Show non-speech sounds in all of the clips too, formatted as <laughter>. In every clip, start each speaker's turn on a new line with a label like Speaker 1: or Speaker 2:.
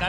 Speaker 1: The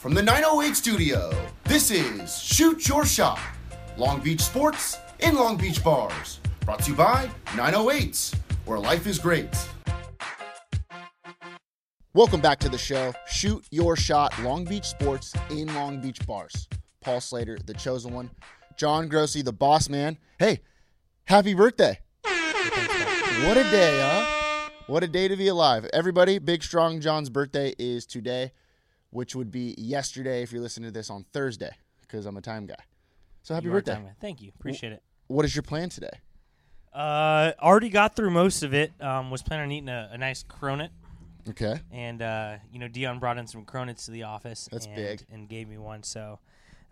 Speaker 2: from the 908 studio, this is Shoot Your Shot Long Beach Sports in Long Beach Bars. Brought to you by 908s, where life is great.
Speaker 3: Welcome back to the show. Shoot your shot, Long Beach Sports in Long Beach Bars. Paul Slater, the chosen one. John Grossi, the boss man. Hey, happy birthday. What a day, huh? What a day to be alive. Everybody, Big Strong John's birthday is today, which would be yesterday if you're listening to this on Thursday, because I'm a time guy. So happy
Speaker 4: You are
Speaker 3: birthday.
Speaker 4: timely. Thank you. Appreciate it.
Speaker 3: What is your plan today?
Speaker 4: Uh, already got through most of it. Um, was planning on eating a, a nice cronut,
Speaker 3: Okay.
Speaker 4: and uh, you know Dion brought in some cronuts to the office.
Speaker 3: That's
Speaker 4: and,
Speaker 3: big.
Speaker 4: And gave me one, so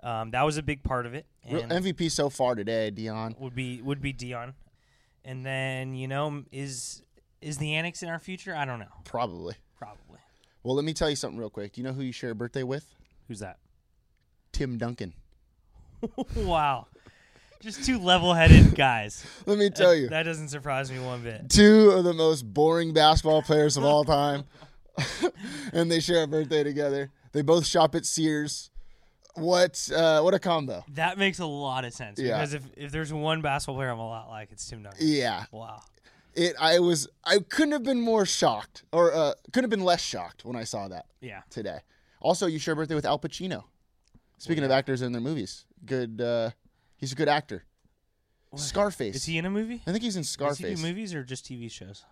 Speaker 4: um, that was a big part of it.
Speaker 3: Real
Speaker 4: And
Speaker 3: MVP so far today, Dion.
Speaker 4: would be would be Dion, and then you know is is the annex in our future? I don't know.
Speaker 3: Probably.
Speaker 4: Probably.
Speaker 3: Well, let me tell you something real quick. Do you know who you share a birthday with?
Speaker 4: Who's that?
Speaker 3: Tim Duncan.
Speaker 4: <laughs> wow, just two level-headed guys.
Speaker 3: Let me tell you.
Speaker 4: That doesn't surprise me one bit.
Speaker 3: two of the most boring basketball players of all
Speaker 4: <laughs>
Speaker 3: time, <laughs> and they share a birthday together. They both shop at Sears. What uh, what a combo!
Speaker 4: That makes a lot of sense
Speaker 3: Yeah.
Speaker 4: because if, if there's one basketball player I'm a lot like, it's Tim Duncan.
Speaker 3: Yeah,
Speaker 4: Wow.
Speaker 3: it. I was I couldn't have been more shocked, or uh, couldn't have been less shocked when I saw that
Speaker 4: Yeah.
Speaker 3: today. Also, you share a birthday with Al Pacino. Speaking of actors in their movies, good. Uh, he's a good actor. Scarface.
Speaker 4: Is he in a movie?
Speaker 3: I think he's in
Speaker 4: Does
Speaker 3: Scarface.
Speaker 4: he do movies or just TV shows?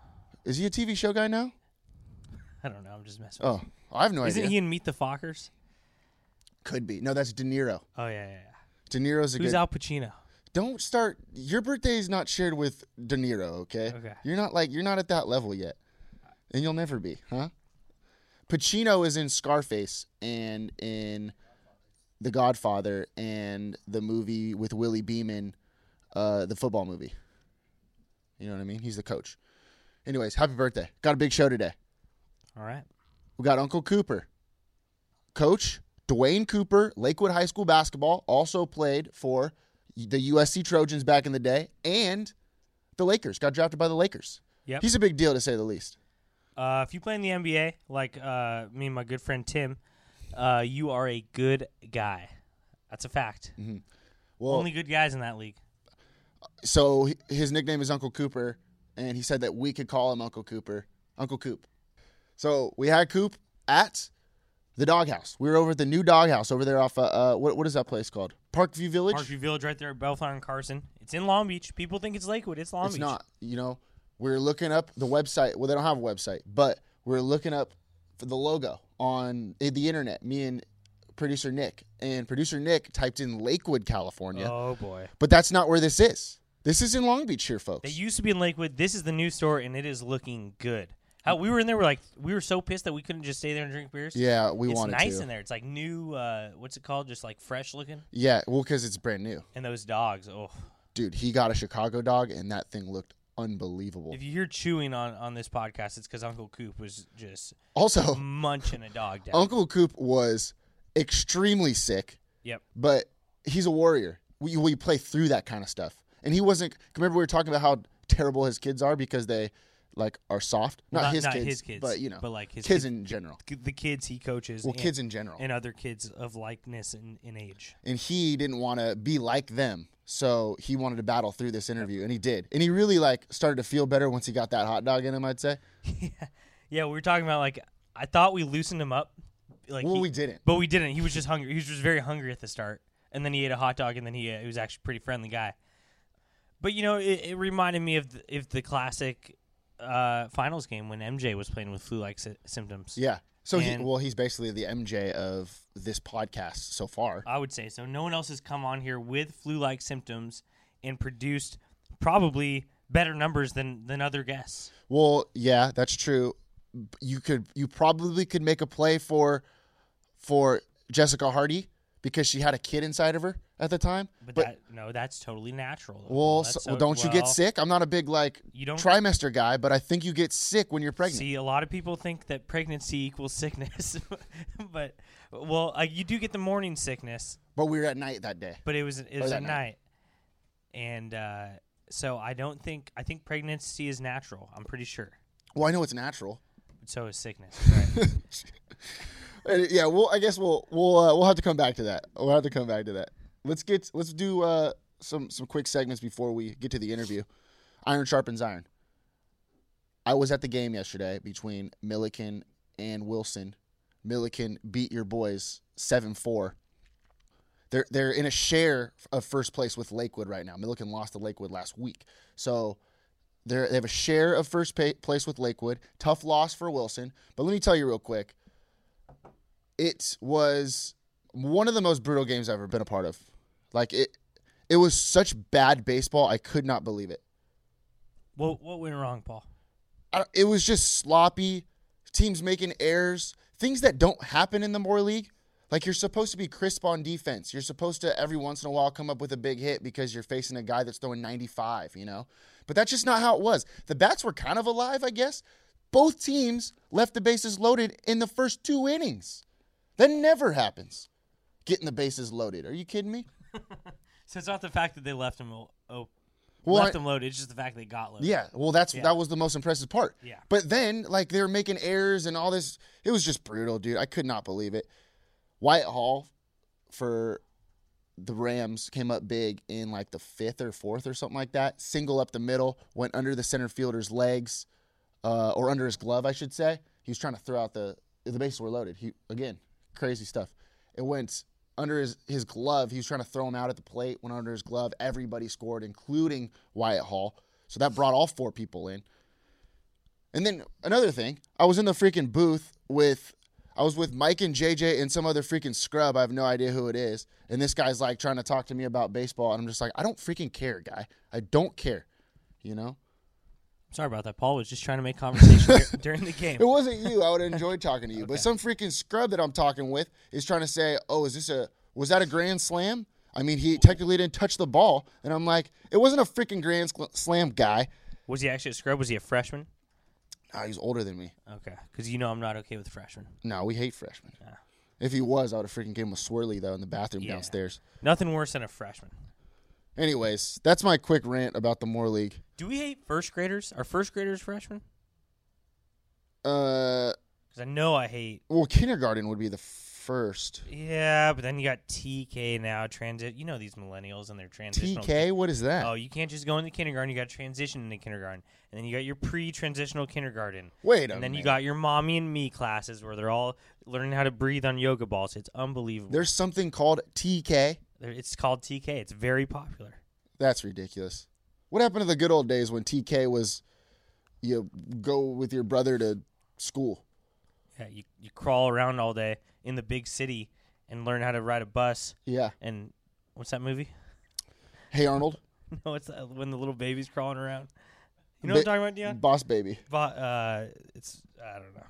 Speaker 3: Is he a TV show guy now?
Speaker 4: I don't know. I'm just messing.
Speaker 3: Oh, I have no
Speaker 4: Isn't
Speaker 3: idea.
Speaker 4: he in Meet the Fockers?
Speaker 3: Could be. No, that's De Niro.
Speaker 4: Oh yeah, yeah. yeah.
Speaker 3: De Niro's a
Speaker 4: Who's
Speaker 3: good.
Speaker 4: Al Pacino?
Speaker 3: don't start your birthday is not shared with De Niro, okay?
Speaker 4: Okay.
Speaker 3: You're not like you're not at that level yet. And you'll never be, huh? Pacino is in Scarface and in The Godfather and the movie with Willie Beeman, uh, the football movie. You know what I mean? He's the coach. Anyways, happy birthday. Got a big show today.
Speaker 4: All right.
Speaker 3: We got Uncle Cooper. Coach Dwayne Cooper, Lakewood High School basketball, also played for the USC Trojans back in the day and the Lakers. Got drafted by the Lakers.
Speaker 4: Yep.
Speaker 3: He's a big deal to say the least.
Speaker 4: Uh, if you play in the NBA, like uh, me and my good friend Tim, uh, you are a good guy. That's a fact.
Speaker 3: Mm-hmm. Well,
Speaker 4: Only good guys in that league.
Speaker 3: so h- his nickname is Uncle Cooper, and he said that we could call him Uncle Cooper, Uncle Coop. So we had Coop at the doghouse. We were over at the new doghouse over there off uh, uh what what is that place called? Parkview Village.
Speaker 4: Parkview Village, right there at Bellflower and Carson. It's in Long Beach. People think it's Lakewood. It's Long
Speaker 3: it's
Speaker 4: Beach.
Speaker 3: not. You know, we're looking up the website. Well, they don't have a website, but we're looking up for the logo on eh, the internet. Me and producer Nick and producer Nick typed in Lakewood, California,
Speaker 4: Oh boy.
Speaker 3: but that's not where this is. This is in Long Beach here, folks.
Speaker 4: It used to be in Lakewood. This is the new store, and it is looking good. How we were in there, we're like, we were so pissed that we couldn't just stay there and drink beers.
Speaker 3: yeah, we
Speaker 4: it's
Speaker 3: wanted
Speaker 4: nice
Speaker 3: to.
Speaker 4: in there. It's like new. Uh, what's it called? Just like fresh looking.
Speaker 3: Yeah, well, because it's brand new,
Speaker 4: And those dogs. Oh,
Speaker 3: dude. He got a Chicago dog, and that thing looked unbelievable.
Speaker 4: if you hear chewing on on this podcast, it's because Uncle Coop was just <laughs>
Speaker 3: also,
Speaker 4: munching a dog down.
Speaker 3: Uncle Coop was extremely sick.
Speaker 4: Yep.
Speaker 3: but he's a warrior. We, we play through that kind of stuff. And he wasn't. Remember, we were talking about how terrible his kids are because they like are soft. Not,
Speaker 4: Well, not-
Speaker 3: his,
Speaker 4: not
Speaker 3: kids,
Speaker 4: his kids,
Speaker 3: but you know,
Speaker 4: but, like, his
Speaker 3: kids
Speaker 4: kids-
Speaker 3: in general.
Speaker 4: G- The kids he coaches.
Speaker 3: Well,
Speaker 4: and,
Speaker 3: kids in general.
Speaker 4: and other kids of likeness and in age.
Speaker 3: and he didn't want to be like them, so he wanted to battle through this interview, and he did. And he really like started to feel better once he got that hot dog in him. I'd say.
Speaker 4: Yeah, we were talking about like I thought we loosened him up. Like
Speaker 3: Well,
Speaker 4: he-
Speaker 3: we didn't.
Speaker 4: but we didn't. He was just hungry. He was just very hungry at the start, and then he ate a hot dog, and then he, uh, he was actually a pretty friendly guy. But you know, it, it reminded me of the, if the classic uh, finals game when MJ was playing with flu-like sy- symptoms.
Speaker 3: Yeah. So he,
Speaker 4: And-
Speaker 3: well, he's basically the MJ of this podcast so far.
Speaker 4: I would say so. No one else has come on here with flu-like symptoms and produced probably better numbers than than other guests.
Speaker 3: Well, yeah, that's true. B- You could you probably could make a play for for Jessica Hardy because she had a kid inside of her at the time.
Speaker 4: But,
Speaker 3: But,
Speaker 4: that, no, that's totally natural. though.
Speaker 3: well,
Speaker 4: That's
Speaker 3: so,
Speaker 4: so-
Speaker 3: well, don't you get
Speaker 4: well,
Speaker 3: sick? I'm not a big like
Speaker 4: You don't-
Speaker 3: trimester guy, but I think you get sick when you're pregnant.
Speaker 4: See, a lot of people think that pregnancy equals sickness, <laughs> but well, uh, you do get the morning sickness,
Speaker 3: but we were at night that day.
Speaker 4: but it was it was
Speaker 3: that
Speaker 4: at night,
Speaker 3: night.
Speaker 4: and uh, so I don't think I think pregnancy is natural. I'm pretty sure.
Speaker 3: Well, I know it's natural.
Speaker 4: But so
Speaker 3: <laughs>
Speaker 4: is sickness. Right?
Speaker 3: Uh, yeah, well, I guess we'll we'll uh, we'll have to come back to that. We'll have to come back to that. Let's get let's do uh, some some quick segments before we get to the interview. Iron sharpens iron. I was at the game yesterday between Milliken and Wilson. Milliken beat your boys seven four. They're they're in a share of first place with Lakewood right now. Milliken lost to Lakewood last week, so they're, they have a share of first pa place with Lakewood. Tough loss for Wilson, but let me tell you real quick it was one of the most brutal games I've ever been a part of. Like it, it was such bad baseball. I could not believe it.
Speaker 4: what what went wrong, Paul?
Speaker 3: I, it was just sloppy. Teams making errors, things that don't happen in the Moore League. Like you're supposed to be crisp on defense. You're supposed to every once in a while come up with a big hit because you're facing a guy that's throwing 95. You know, but that's just not how it was. The bats were kind of alive, I guess. Both teams left the bases loaded in the first two innings. That never happens. Getting the bases loaded. Are you kidding me?
Speaker 4: So it's not the fact that they left him o- o-
Speaker 3: Well,
Speaker 4: left
Speaker 3: I-
Speaker 4: him loaded. It's just the fact they got loaded.
Speaker 3: Yeah, well, that's that was the most impressive part.
Speaker 4: Yeah.
Speaker 3: But then, like, they were making errors and all this. It was just brutal, dude. I could not believe it. Whitehall for the Rams came up big in like the fifth or fourth or something like that. Single up the middle, went under the center fielder's legs, uh, or under his glove, I should say. He was trying to throw out the the bases were loaded. He again, crazy stuff. It went under his his glove. He was trying to throw him out at the plate. Went under his glove. Everybody scored, including Wyatt Hall. So that brought all four people in. And then another thing, I was in the freaking booth with I was with Mike and JJ and some other freaking scrub. I have no idea who it is. And this guy's like trying to talk to me about baseball and I'm just like, I don't freaking care, guy. I don't care. You know?
Speaker 4: Sorry about that. Paul was just trying to make conversation
Speaker 3: <laughs>
Speaker 4: dur- during the game.
Speaker 3: It wasn't you. I would enjoy
Speaker 4: <laughs>
Speaker 3: talking to you. But some freaking scrub that I'm talking with is trying to say, "Oh, is this a was that a grand slam?" I mean, he technically didn't touch the ball, and I'm like, "It wasn't a freaking grand sl- slam, guy."
Speaker 4: Was he actually a scrub? Was he a freshman?
Speaker 3: Ah, he's older than me.
Speaker 4: Okay, because you know I'm not okay with freshmen.
Speaker 3: No, we hate freshmen. If he was, I would have freaking gave him a swirly though in the bathroom
Speaker 4: Yeah.
Speaker 3: downstairs.
Speaker 4: Nothing worse than a freshman.
Speaker 3: Anyways, that's my quick rant about the Moore League.
Speaker 4: Do we hate first graders? Are first graders freshmen?
Speaker 3: Uh,
Speaker 4: Because I know I hate.
Speaker 3: well, kindergarten would be the first.
Speaker 4: Yeah, but then you got TK now. Transit. You know these millennials and their transitional.
Speaker 3: TK, what is that?
Speaker 4: Oh, you can't just go into kindergarten. You got to transition into kindergarten, and then you got your pre-transitional kindergarten.
Speaker 3: Wait a
Speaker 4: And then you
Speaker 3: minute.
Speaker 4: got your mommy and me classes where they're all learning how to breathe on yoga balls. It's unbelievable.
Speaker 3: There's something called TK.
Speaker 4: There- it's called TK. It's very popular.
Speaker 3: That's ridiculous. What happened to the good old days when TK was you go with your brother to school?
Speaker 4: Yeah, you you crawl around all day in the big city and learn how to ride a bus.
Speaker 3: Yeah.
Speaker 4: And what's that movie?
Speaker 3: Hey Arnold.
Speaker 4: <laughs> No, it's uh, when the little baby's crawling around. You know what I'm
Speaker 3: Ba-
Speaker 4: talking about, Dion?
Speaker 3: Boss Baby.
Speaker 4: Bo- uh, it's I don't know.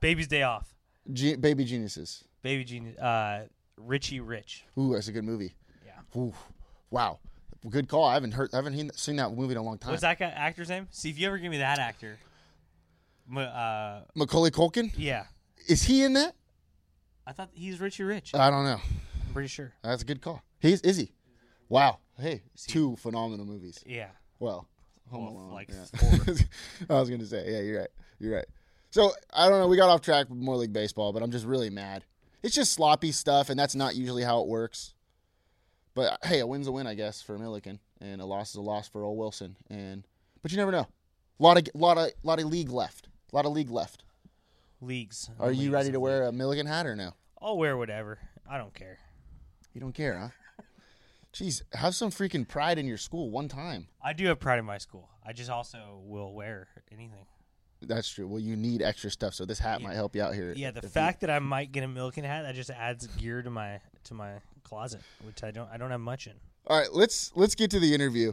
Speaker 4: Baby's Day Off.
Speaker 3: Ge- baby Geniuses.
Speaker 4: Baby Genius. Uh, Richie Rich.
Speaker 3: Ooh, that's a good movie.
Speaker 4: Yeah.
Speaker 3: Ooh, wow. Good call. I haven't heard. I haven't he- seen that movie in a long time.
Speaker 4: What's that guy, actor's name? See if you ever give me that actor. M- uh,
Speaker 3: Macaulay Culkin.
Speaker 4: yeah,
Speaker 3: Is he in that?
Speaker 4: I thought he's Richie Rich.
Speaker 3: I don't know.
Speaker 4: I'm pretty sure.
Speaker 3: That's a good call. He's is he? Wow. Hey, two phenomenal movies.
Speaker 4: Yeah.
Speaker 3: Well, Home
Speaker 4: Well,
Speaker 3: Alone.
Speaker 4: like
Speaker 3: yeah. <laughs>
Speaker 4: four.
Speaker 3: I was gonna say. Yeah, you're right. You're right. So I don't know. We got off track with more league baseball, but I'm just really mad. It's just sloppy stuff, and that's not usually how it works. But hey, a win's a win, I guess, for Milliken, and a loss is a loss for old Wilson. And but you never know. A lot of lot of lot of league left. A lot of league left.
Speaker 4: Leagues.
Speaker 3: Are you
Speaker 4: Leagues
Speaker 3: ready
Speaker 4: of
Speaker 3: to wear
Speaker 4: leagues.
Speaker 3: a Milligan hat or no?
Speaker 4: I'll wear whatever. I don't care.
Speaker 3: You don't care, huh? Jeez, have some freaking pride in your school one time.
Speaker 4: I do have pride in my school. I just also will wear anything.
Speaker 3: That's true. Well, you need extra stuff, so this hat might help you out here.
Speaker 4: Yeah, the
Speaker 3: If you-
Speaker 4: fact that I might get a Milken hat that just adds gear to my to my closet, which I don't I don't have much in.
Speaker 3: All right, let's let's get to the interview.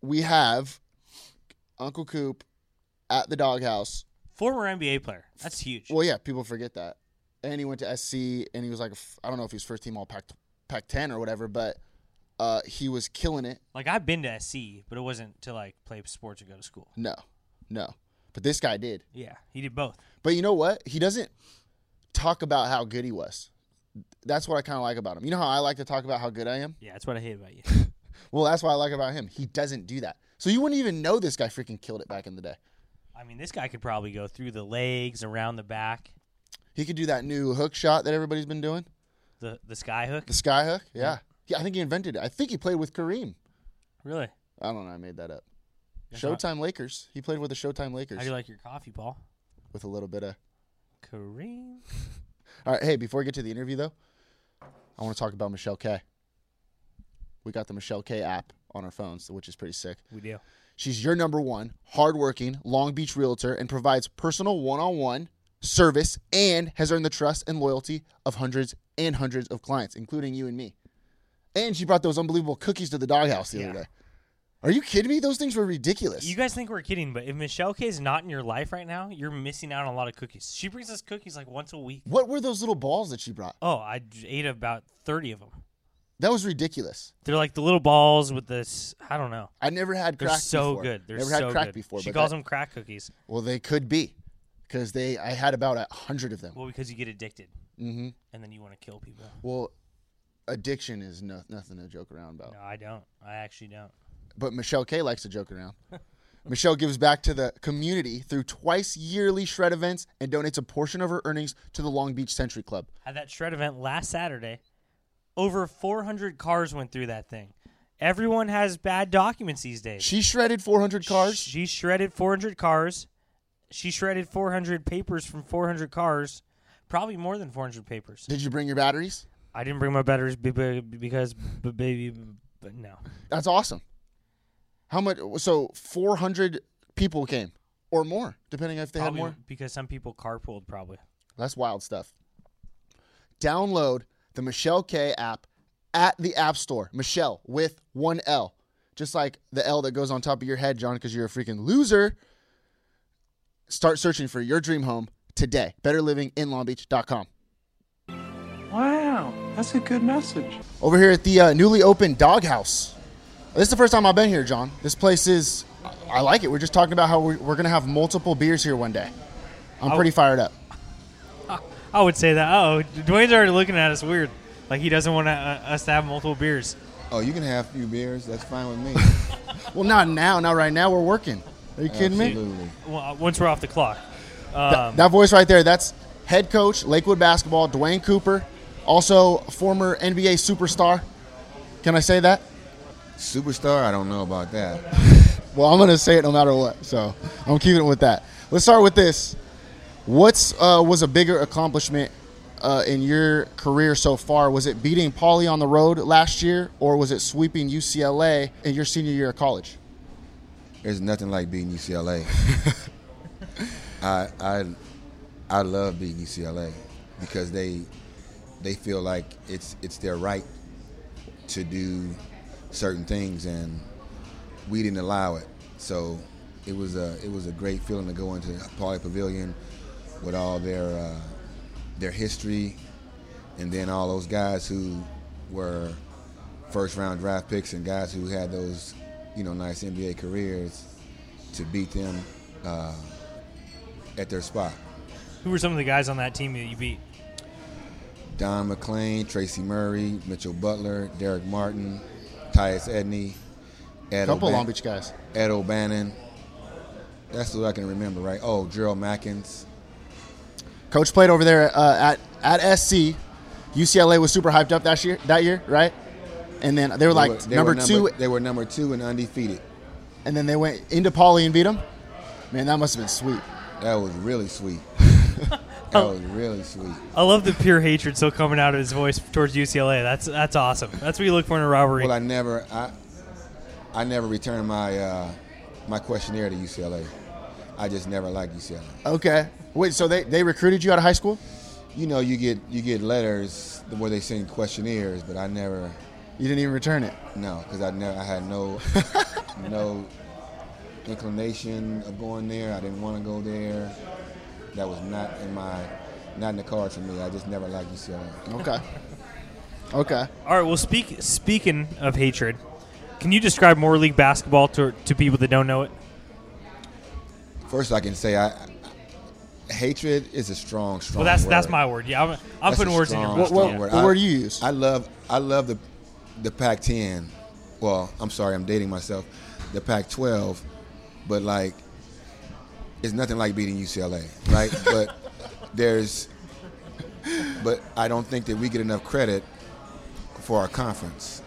Speaker 3: We have Uncle Coop at the doghouse.
Speaker 4: Former NBA player. That's huge.
Speaker 3: Well, yeah, people forget that. and he went to SC, and he was like, I don't know if he was first team all Pac Pac ten or whatever, but uh, he was killing it.
Speaker 4: Like I've been to SC, but it wasn't to like play sports or go to school.
Speaker 3: No, no, but this guy did.
Speaker 4: Yeah, he did both.
Speaker 3: But you know what? He doesn't talk about how good he was. That's what I kind of like about him. You know how I like to talk about how good I am?
Speaker 4: Yeah, that's what I hate
Speaker 3: <laughs>
Speaker 4: about you.
Speaker 3: Well, that's what I like about him. He doesn't do that. So you wouldn't even know this guy freaking killed it back in the day.
Speaker 4: I mean, this guy could probably go through the legs, around the back,
Speaker 3: He could do that new hook shot that everybody's been doing,
Speaker 4: the the sky hook.
Speaker 3: the sky hook. Yeah. yeah. I think he invented it. I think he played with Kareem.
Speaker 4: Really?
Speaker 3: I don't know. I made that up. Showtime Lakers. He played with the Showtime Lakers
Speaker 4: How do you like your coffee, Paul?
Speaker 3: with a little bit of.
Speaker 4: Kareem.
Speaker 3: All right. Hey, before we get to the interview, though, I want to talk about Michelle K. We got the Michelle K app on our phones, which is pretty sick.
Speaker 4: We do.
Speaker 3: She's your number one, hardworking Long Beach realtor and provides personal one on one service and has earned the trust and loyalty of hundreds and hundreds of clients, including you and me. And she brought those unbelievable cookies to the doghouse the other day. Are you kidding me? Those things were ridiculous.
Speaker 4: You guys think we're kidding, but if Michelle K is not in your life right now, you're missing out on a lot of cookies. She brings us cookies like once a week.
Speaker 3: what were those little balls that she brought?
Speaker 4: Oh, I j- ate about 30 of them.
Speaker 3: That was ridiculous.
Speaker 4: They're like the little balls with this, I don't know.
Speaker 3: I never had
Speaker 4: They're
Speaker 3: crack
Speaker 4: so
Speaker 3: before.
Speaker 4: good. They're
Speaker 3: never
Speaker 4: so
Speaker 3: had crack
Speaker 4: good.
Speaker 3: before.
Speaker 4: She
Speaker 3: but
Speaker 4: calls
Speaker 3: that-
Speaker 4: them crack cookies.
Speaker 3: Well, they could be because they. I had about a hundred of them.
Speaker 4: Well, because you get addicted. Mm-hmm. And then you want to kill people.
Speaker 3: Well, addiction is no, nothing to joke around about.
Speaker 4: No, I don't. I actually don't.
Speaker 3: but Michelle K likes to joke around. <laughs> Michelle gives back to the community through twice yearly shred events and donates a portion of her earnings to the Long Beach Century Club.
Speaker 4: Had that shred event last Saturday. Over 400 cars went through that thing. Everyone has bad documents these days.
Speaker 3: She shredded 400 cars.
Speaker 4: She shredded 400 cars. She shredded 400 papers from 400 cars. Probably more than 400 papers.
Speaker 3: Did you bring your batteries?
Speaker 4: I didn't bring my batteries be- be- because, b- baby, but no.
Speaker 3: That's awesome. How much? So 400 people came or more, depending if they
Speaker 4: Probably
Speaker 3: had more.
Speaker 4: Because some people carpooled, probably.
Speaker 3: That's wild stuff. Download the Michelle K app at the App Store. Michelle with one L. Just like the L that goes on top of your head, John, because you're a freaking loser. Start searching for your dream home today. BetterLivingInLongBeach.com.
Speaker 5: Wow, that's a good message.
Speaker 3: Over here at the uh, newly opened doghouse. This is the first time I've been here, John. This place is, I I like it. We're just talking about how we're, we're going to have multiple beers here one day. I'm pretty fired up.
Speaker 4: I would say that. Oh, Dwayne's already looking at us weird. Like he doesn't want uh, us to have multiple beers.
Speaker 6: Oh, you can have a few beers. That's fine with me.
Speaker 3: Well, not now, not right now. We're working. Are you <laughs> kidding me?
Speaker 6: Absolutely.
Speaker 4: Well, uh, once we're off the clock.
Speaker 3: That voice right there, that's head coach, Lakewood basketball, Dwayne Cooper, also former NBA superstar. Can I say that?
Speaker 6: Superstar, I don't know about that.
Speaker 3: Well, I'm going to say it no matter what. So I'm keeping it with that. Let's start with this. What's uh, was a bigger accomplishment uh, in your career so far? Was it beating Pauley on the road last year, or was it sweeping UCLA in your senior year of college?
Speaker 6: There's nothing like beating UCLA. I I I love beating UCLA because they they feel like it's it's their right to do certain things and we didn't allow it. So it was a it was a great feeling to go into Pauley Pavilion with all their uh, their history and then all those guys who were first round draft picks and guys who had those, you know, nice NBA careers to beat them uh, at their spot.
Speaker 4: Who were some of the guys on that team that you beat?
Speaker 6: Don McLean, Tracy Murray, Mitchell Butler, Derek Martin, Tyus Edney, Ed,
Speaker 3: couple
Speaker 6: Oban-
Speaker 3: Long Beach guys.
Speaker 6: Ed O'Bannon. That's what I can remember, right? Oh, Gerald Mackins.
Speaker 3: Coach played over there uh, at at SC. UCLA was super hyped up that year. That year, right? And then they were like
Speaker 6: they
Speaker 3: number,
Speaker 6: were
Speaker 3: two,
Speaker 6: They were number two and undefeated.
Speaker 3: and then they went into Pauley and beat them. Man, that must have been sweet.
Speaker 6: That was
Speaker 3: <laughs>
Speaker 6: really sweet. that was really sweet.
Speaker 4: I love the pure hatred still coming out of his voice towards UCLA. That's that's awesome. That's what you look for in a rivalry.
Speaker 6: Well, I never, I, I never returned my uh, my questionnaire to UCLA. I just never liked UCLA.
Speaker 3: Okay, wait. So they, they recruited you out of high school?
Speaker 6: You know, you get you get letters where they send questionnaires, but I never,
Speaker 3: You didn't even return it.
Speaker 6: no, because I never, I had
Speaker 4: <laughs>
Speaker 6: no, no inclination of going there. I didn't want to go there. That was not in my not in the cards for me. I just never liked UCLA.
Speaker 3: Okay. Okay.
Speaker 4: All right. Well, speak, speaking of hatred, can you describe more league basketball to, to people that don't know it?
Speaker 6: First, I can say I, I- hatred is a strong, strong.
Speaker 4: Well, that's
Speaker 6: Oh, word.
Speaker 4: that's my word. Yeah, I'm, I'm
Speaker 6: That's
Speaker 4: putting
Speaker 6: a
Speaker 4: words in your
Speaker 6: strong,
Speaker 4: mouth.
Speaker 6: strong
Speaker 3: What-
Speaker 4: yeah.
Speaker 3: what-
Speaker 6: I-
Speaker 3: word you use?
Speaker 6: I love I love the the Pac-10. Well, I'm sorry, I'm dating myself. The Pac-12, but like, it's nothing like beating UCLA, right? but there's, but I don't think that we get enough credit for our conference,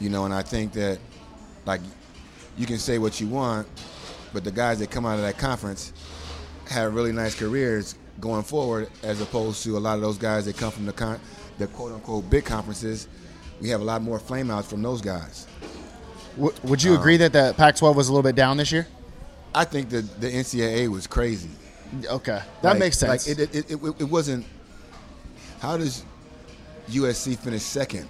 Speaker 6: you know. And I think that, like, you can say what you want, but the guys that come out of that conference have really nice careers going forward, as opposed to a lot of those guys that come from the con- the quote unquote big conferences. We have a lot more flameouts from those guys.
Speaker 3: W- would
Speaker 6: Uh,
Speaker 3: you agree that the Pac-12 was a little bit down this year?
Speaker 6: I think that the NCAA was crazy.
Speaker 3: Okay, that
Speaker 6: Like-
Speaker 3: makes sense.
Speaker 6: Like it, it, it, it wasn't. How does USC finish second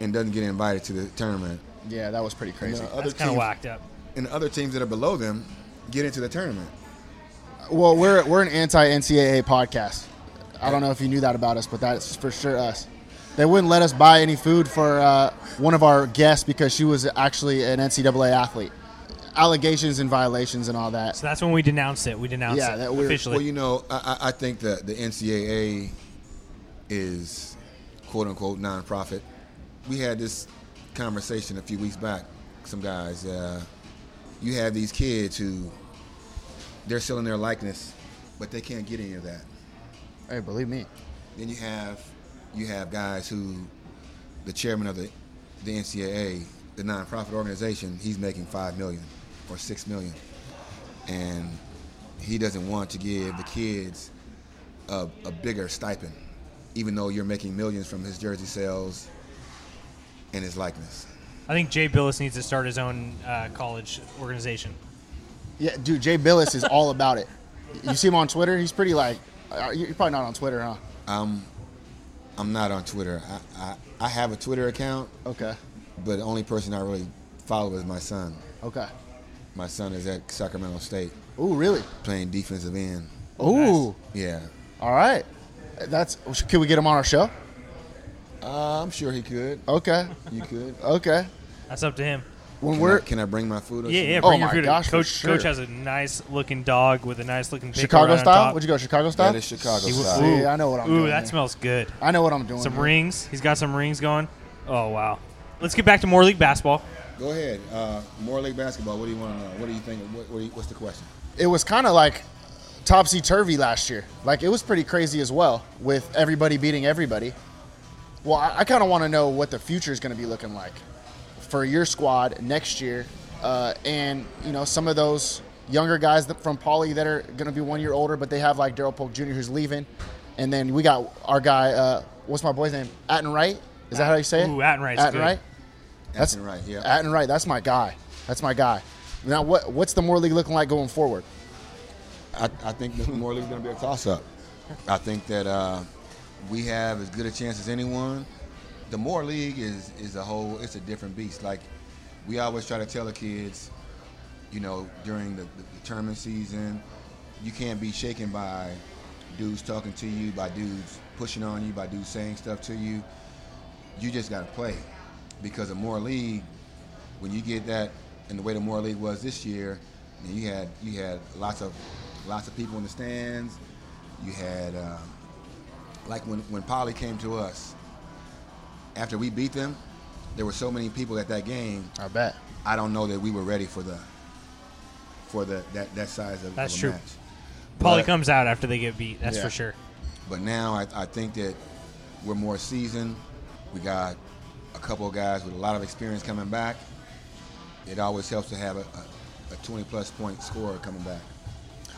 Speaker 6: and doesn't get invited to the tournament?
Speaker 3: yeah, that was pretty crazy.
Speaker 6: You know,
Speaker 4: That's kind of
Speaker 6: teams-
Speaker 4: whacked up.
Speaker 6: And other teams that are below them get into the tournament.
Speaker 3: Well, we're we're an anti-NCAA podcast. I don't know if you knew that about us, but that's for sure us. They wouldn't let us buy any food for uh, one of our guests because she was actually an NCAA athlete. Allegations and violations and all that.
Speaker 4: So that's when we denounced it. We denounced
Speaker 3: Yeah,
Speaker 4: it
Speaker 3: that we're-
Speaker 4: officially.
Speaker 6: Well, you know, I, I I think that the NCAA is quote unquote nonprofit. We had this conversation a few weeks back. Some guys, uh, you have these kids who they're selling their likeness, but they can't get any of that.
Speaker 3: Hey, believe me.
Speaker 6: Then you have you have guys who the chairman of the the NCAA, the nonprofit organization, he's making five million or six million, and he doesn't want to give the kids a, a bigger stipend, even though you're making millions from his jersey sales and his likeness.
Speaker 4: I think Jay Billis needs to start his own uh, college organization.
Speaker 3: Yeah, dude, Jay Billis is all about it. You see him on Twitter? He's pretty like. Uh, you're probably not on Twitter, huh?
Speaker 6: I'm not on Twitter. I, I, I have a Twitter account,
Speaker 3: Okay.
Speaker 6: but the only person I really follow is my son.
Speaker 3: Okay.
Speaker 6: My son is at Sacramento State
Speaker 3: Ooh, really?
Speaker 6: playing defensive end.
Speaker 3: Ooh.
Speaker 6: Yeah.
Speaker 3: All right. That's. Can we get him on our show?
Speaker 6: Uh, I'm sure he could.
Speaker 3: Okay.
Speaker 6: You could. Uh,
Speaker 3: Okay.
Speaker 4: That's up to him.
Speaker 3: When
Speaker 6: Can,
Speaker 3: we're
Speaker 6: I, can I bring my food? Or
Speaker 4: Yeah, yeah.
Speaker 3: Oh
Speaker 4: Bring
Speaker 6: something?
Speaker 4: your
Speaker 3: my
Speaker 4: food in.
Speaker 3: gosh, for
Speaker 4: coach,
Speaker 3: sure.
Speaker 4: coach has a nice looking dog with a nice looking pickle
Speaker 3: Chicago
Speaker 4: right on
Speaker 3: style?
Speaker 4: top.
Speaker 3: Would you go Chicago style?
Speaker 6: That is Chicago
Speaker 4: He was-
Speaker 6: style.
Speaker 3: See, I know what I'm
Speaker 4: Ooh,
Speaker 3: doing.
Speaker 4: that
Speaker 3: here.
Speaker 4: smells good.
Speaker 3: I know what I'm doing.
Speaker 4: Some
Speaker 3: here.
Speaker 4: rings. He's got some rings going. Oh wow. Let's get back to more league basketball.
Speaker 6: Go ahead. Uh, more league basketball. What do you want to know? What do you think? What, what do you, what's the question?
Speaker 3: It was kind of like topsy turvy last year. Like it was pretty crazy as well, with everybody beating everybody. Well, I, I kind of want to know what the future is going to be looking like for your squad next year, uh, and you know some of those younger guys that, from Poly that are going to be one year older, but they have like Daryl Polk Jr. who's leaving, and then we got our guy. Uh, what's my boy's name? Atten Wright. Is that how you say it?
Speaker 4: Ooh, Atten Wright's
Speaker 3: Atten
Speaker 4: good.
Speaker 3: Wright. That's
Speaker 6: Acting right. Yeah.
Speaker 3: Atten Wright. That's my guy. That's my guy. Now, what what's the Moore League looking like going forward?
Speaker 6: I, I think that more league's going to be a toss up. I think that uh, we have as good a chance as anyone. The more league is is a whole. It's a different beast. Like we always try to tell the kids, you know, during the, the, the tournament season, you can't be shaken by dudes talking to you, by dudes pushing on you, by dudes saying stuff to you. You just got to play because the more league when you get that and the way the Moore League was this year, and you had you had lots of lots of people in the stands. You had um, like when when Polly came to us after we beat them, there were so many people at that game.
Speaker 3: I bet.
Speaker 6: I don't know that we were ready for the for the that that size of,
Speaker 4: That's
Speaker 6: of a
Speaker 4: true.
Speaker 6: match.
Speaker 4: Polly
Speaker 6: But-
Speaker 4: comes out after they get beat. That's
Speaker 6: Yeah.
Speaker 4: for sure.
Speaker 6: But now I, I think that we're more seasoned. We got a couple of guys with a lot of experience coming back. It always helps to have a, a, a 20 plus point scorer coming back.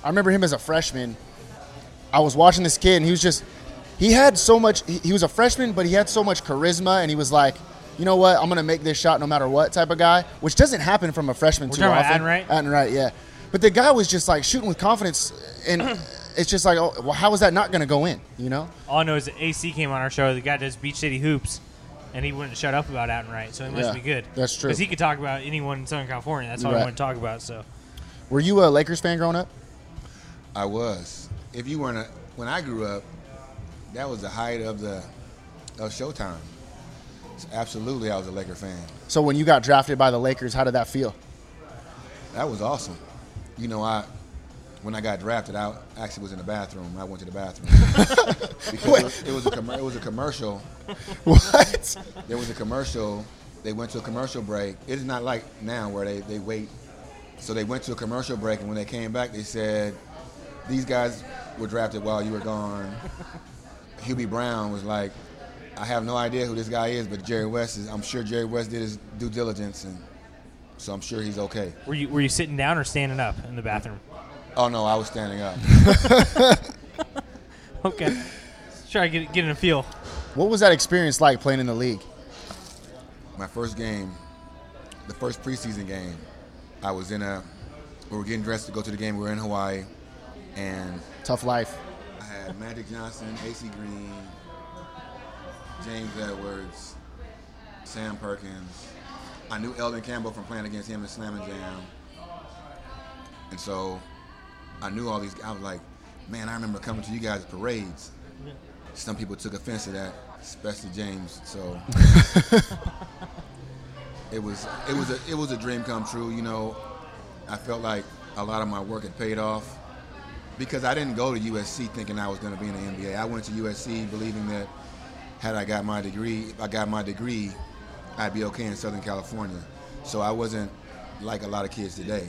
Speaker 3: I remember him as a freshman. I was watching this kid, and he was just, he had so much, he, he was a freshman, but he had so much charisma, and he was like, you know what, I'm going to make this shot no matter what type of guy, which doesn't happen from a freshman too
Speaker 4: talking about
Speaker 3: often.
Speaker 4: Aden Wright?
Speaker 3: Aden Wright, yeah. But the guy was just like shooting with confidence,
Speaker 4: <clears throat>
Speaker 3: and it's just like, oh, well, how is that not going to go in, you know?
Speaker 4: All I know is that AC came on our show. The guy does Beach City hoops, and he wouldn't shut up about Atten Wright, so he must
Speaker 3: Yeah,
Speaker 4: be good.
Speaker 3: that's true.
Speaker 4: Because he could talk about anyone in Southern California. That's all I
Speaker 3: Right.
Speaker 4: want to talk about. So
Speaker 3: Were you a Lakers fan growing up?
Speaker 6: I was. if you weren't a, when I grew up, that was the height of the of Showtime. So absolutely, I was a Laker fan.
Speaker 3: So when you got drafted by the Lakers, how did that feel? <laughs>
Speaker 6: That was awesome. You know, I when I got drafted, I actually was in the bathroom. I went to the bathroom because it was, it was a com- it was a commercial.
Speaker 3: What?
Speaker 6: There was a commercial. They went to a commercial break. It is not like now where they, they wait. So they went to a commercial break, and when they came back, they said, "These guys were drafted while you were gone." <laughs> Hubie Brown was like, "I have no idea who this guy is, but Jerry West is. I'm sure Jerry West did his due diligence, and so I'm sure he's okay."
Speaker 4: Were you were you sitting down or standing up in the bathroom?
Speaker 6: Oh no, I was standing up. <laughs>
Speaker 4: Okay. Let's try to get getting a feel.
Speaker 3: What was that experience like playing in the league?
Speaker 6: my first game, the first preseason game, I was in a. We were getting dressed to go to the game. We were in Hawaii, and
Speaker 3: Tough life.
Speaker 6: I had Magic Johnson, AC Green, James Edwards, Sam Perkins. I knew Eldon Campbell from playing against him in Slam and Jam. And so I knew all these I was like, man, I remember coming to you guys' parades. Some people took offense to that, especially James. So it was it was a it was a dream come true, you know. I felt like a lot of my work had paid off because I didn't go to USC thinking I was going to be in the NBA. I went to USC believing that had I got my degree, if I got my degree, I'd be okay in Southern California. So I wasn't like a lot of kids today.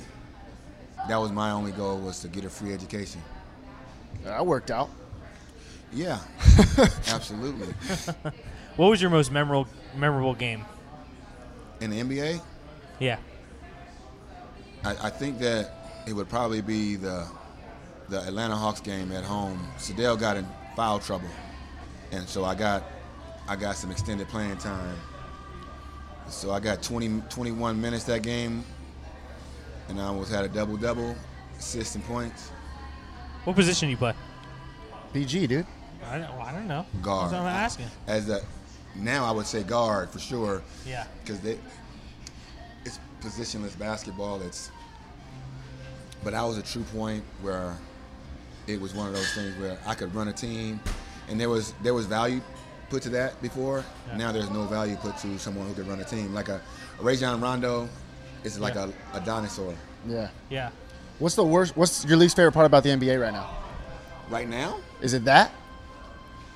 Speaker 6: That was my only goal was to get a free education.
Speaker 3: That worked <laughs> out.
Speaker 6: Yeah, absolutely.
Speaker 4: What was your most memorable memorable game?
Speaker 6: In the NBA,
Speaker 4: Yeah.
Speaker 6: I, I think that it would probably be the the Atlanta Hawks game at home. Sedell got in foul trouble, and so I got I got some extended playing time. So I got 20, 21 minutes that game, and I almost had a double double, assists and points.
Speaker 4: What position do you play?
Speaker 3: BG, dude.
Speaker 4: I don't, I don't know.
Speaker 6: Guard.
Speaker 4: That's what I'm asking.
Speaker 6: As a now I would say guard for sure.
Speaker 4: Yeah.
Speaker 6: because they it's positionless basketball. It's but I was a true point where it was one of those things where I could run a team, and there was there was value put to that before. Now there's no value put to someone who could run a team like a Rajon Rondo is like
Speaker 4: Yeah.
Speaker 6: a, a dinosaur
Speaker 3: Yeah.
Speaker 4: Yeah.
Speaker 3: What's the worst? What's your least favorite part about the NBA right now?
Speaker 6: right now.
Speaker 3: Is it that?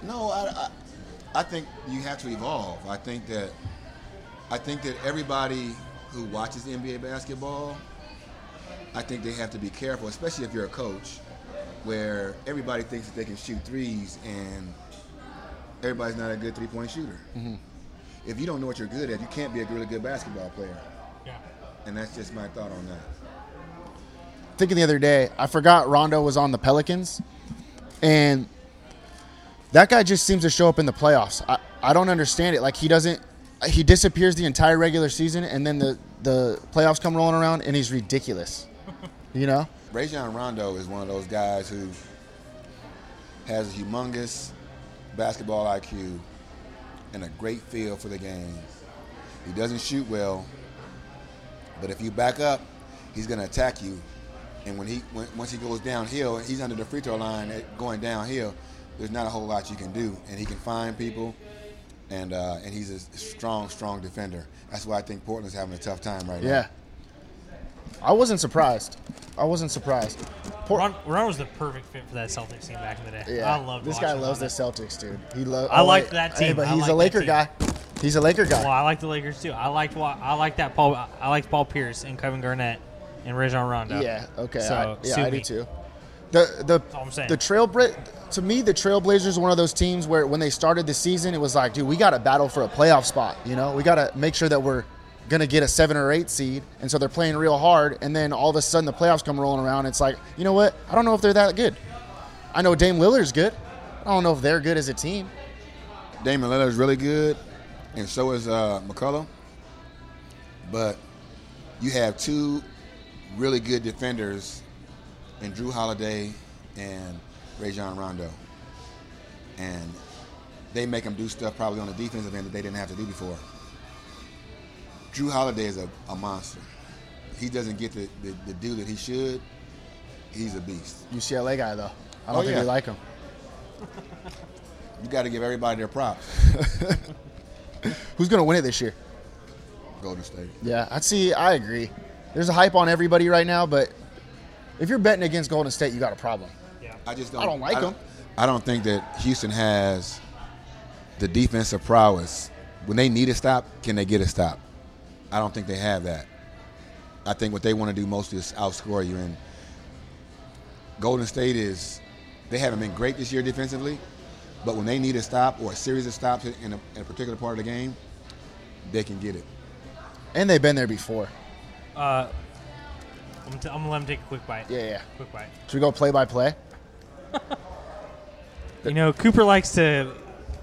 Speaker 6: No, I, I, I think you have to evolve. I think that I think that everybody who watches NBA basketball, I think they have to be careful, especially if you're a coach, where everybody thinks that they can shoot threes and everybody's not a good three-point shooter. If you don't know what you're good at, you can't be a really good basketball player.
Speaker 4: Yeah.
Speaker 6: And that's just my thought on that.
Speaker 3: Thinking the other day, I forgot Rondo was on the Pelicans, and that guy just seems to show up in the playoffs. I, I don't understand it. Like he doesn't, he disappears the entire regular season, and then the the playoffs come rolling around, and he's ridiculous. You know?
Speaker 6: Rajon Rondo is one of those guys who has a humongous basketball IQ and a great feel for the game. He doesn't shoot well, but if you back up, he's going to attack you. And when he when, once he goes downhill, he's under the free throw line eh, going downhill. There's not a whole lot you can do, and he can find people, and uh, and he's a strong, strong defender. That's why I think Portland's having a tough time right now.
Speaker 3: Yeah. I wasn't surprised. I wasn't surprised. Poor,
Speaker 4: Ron, Ron was the perfect fit for that Celtics team back in the day.
Speaker 3: Yeah.
Speaker 4: I loved
Speaker 3: this guy
Speaker 4: watching
Speaker 3: loves the
Speaker 4: Rondo.
Speaker 3: Celtics, dude. He loves.
Speaker 4: I liked that team.
Speaker 3: but
Speaker 4: I
Speaker 3: he's a
Speaker 4: liked
Speaker 3: Laker
Speaker 4: that
Speaker 3: guy. He's a Laker
Speaker 4: Well,
Speaker 3: guy.
Speaker 4: I like the Lakers too. I liked wa- I like that Paul. I liked Paul Pierce and Kevin Garnett and Rajon Rondo.
Speaker 3: Yeah. Okay.
Speaker 4: So,
Speaker 3: I, yeah,
Speaker 4: suit
Speaker 3: I do
Speaker 4: me.
Speaker 3: too. The the
Speaker 4: all I'm saying.
Speaker 3: the Trailbla- to me the Trailblazers are one of those teams where when they started the season it was like, dude, we got to battle for a playoff spot. You know, we got to make sure that we're gonna get a seven or eight seed, and so they're playing real hard. And then all of a sudden the playoffs come rolling around. It's like, you know what? I don't know if they're that good. I know Dame Lillard's good. I don't know if they're good as a team.
Speaker 6: Damon Lillard is really good, and so is uh, McCullough. But you have two really good defenders in Drew Holiday and Rajon Rondo, and they make them do stuff probably on the defensive end that they didn't have to do before. Drew Holiday is a, a monster. He doesn't get the, the, the due that he should. He's a beast.
Speaker 3: UCLA guy though. I don't
Speaker 6: Oh,
Speaker 3: think
Speaker 6: yeah.
Speaker 3: we like him.
Speaker 6: You got to give everybody their props.
Speaker 3: Who's gonna win it this year?
Speaker 6: Golden State.
Speaker 3: Yeah, I see. I agree. There's a hype on everybody right now, but if you're betting against Golden State, you got a problem.
Speaker 6: I just don't.
Speaker 3: I don't like
Speaker 6: I
Speaker 3: 'em.
Speaker 6: I don't think that Houston has the defensive prowess. When they need a stop, can they get a stop? I don't think they have that. I think what they want to do mostly is outscore you. And Golden State is they haven't been great this year defensively, but when they need a stop or a series of stops in a, in a particular part of the game, they can get it.
Speaker 3: And they've been there before.
Speaker 4: Uh, I'm, t- I'm gonna let him take a quick bite.
Speaker 3: Yeah, yeah.
Speaker 4: Quick bite.
Speaker 3: Should we go play by play?
Speaker 4: You know, Cooper likes to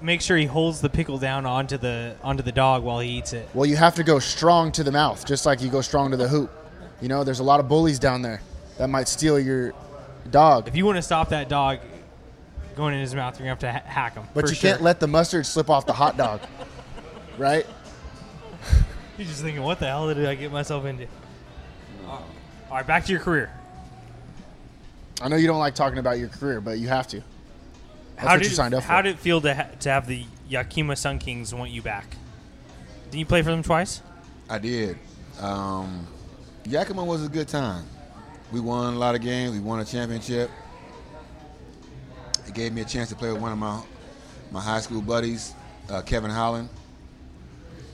Speaker 4: make sure he holds the pickle down onto the onto the dog while he eats it.
Speaker 3: Well, you have to go strong to the mouth, just like you go strong to the hoop. You know, there's a lot of bullies down there that might steal your dog,
Speaker 4: If you want to stop that dog going in his mouth, you're gonna have to ha- hack him.
Speaker 3: but
Speaker 4: for
Speaker 3: you
Speaker 4: sure.
Speaker 3: can't let the mustard slip off the hot
Speaker 4: <laughs>
Speaker 3: dog, right?
Speaker 4: You're just thinking, what the hell did I get myself into? All right, back to your career.
Speaker 3: I know you don't like talking about your career, but you have to. That's
Speaker 4: how
Speaker 3: what
Speaker 4: did
Speaker 3: you signed up
Speaker 4: how
Speaker 3: for.
Speaker 4: did it feel to ha- to have the Yakima Sun Kings want you back? Did you play for them twice?
Speaker 6: I did. Um, Yakima was a good time. We won a lot of games. We won a championship. It gave me a chance to play with one of my my high school buddies, uh, Kevin Holland.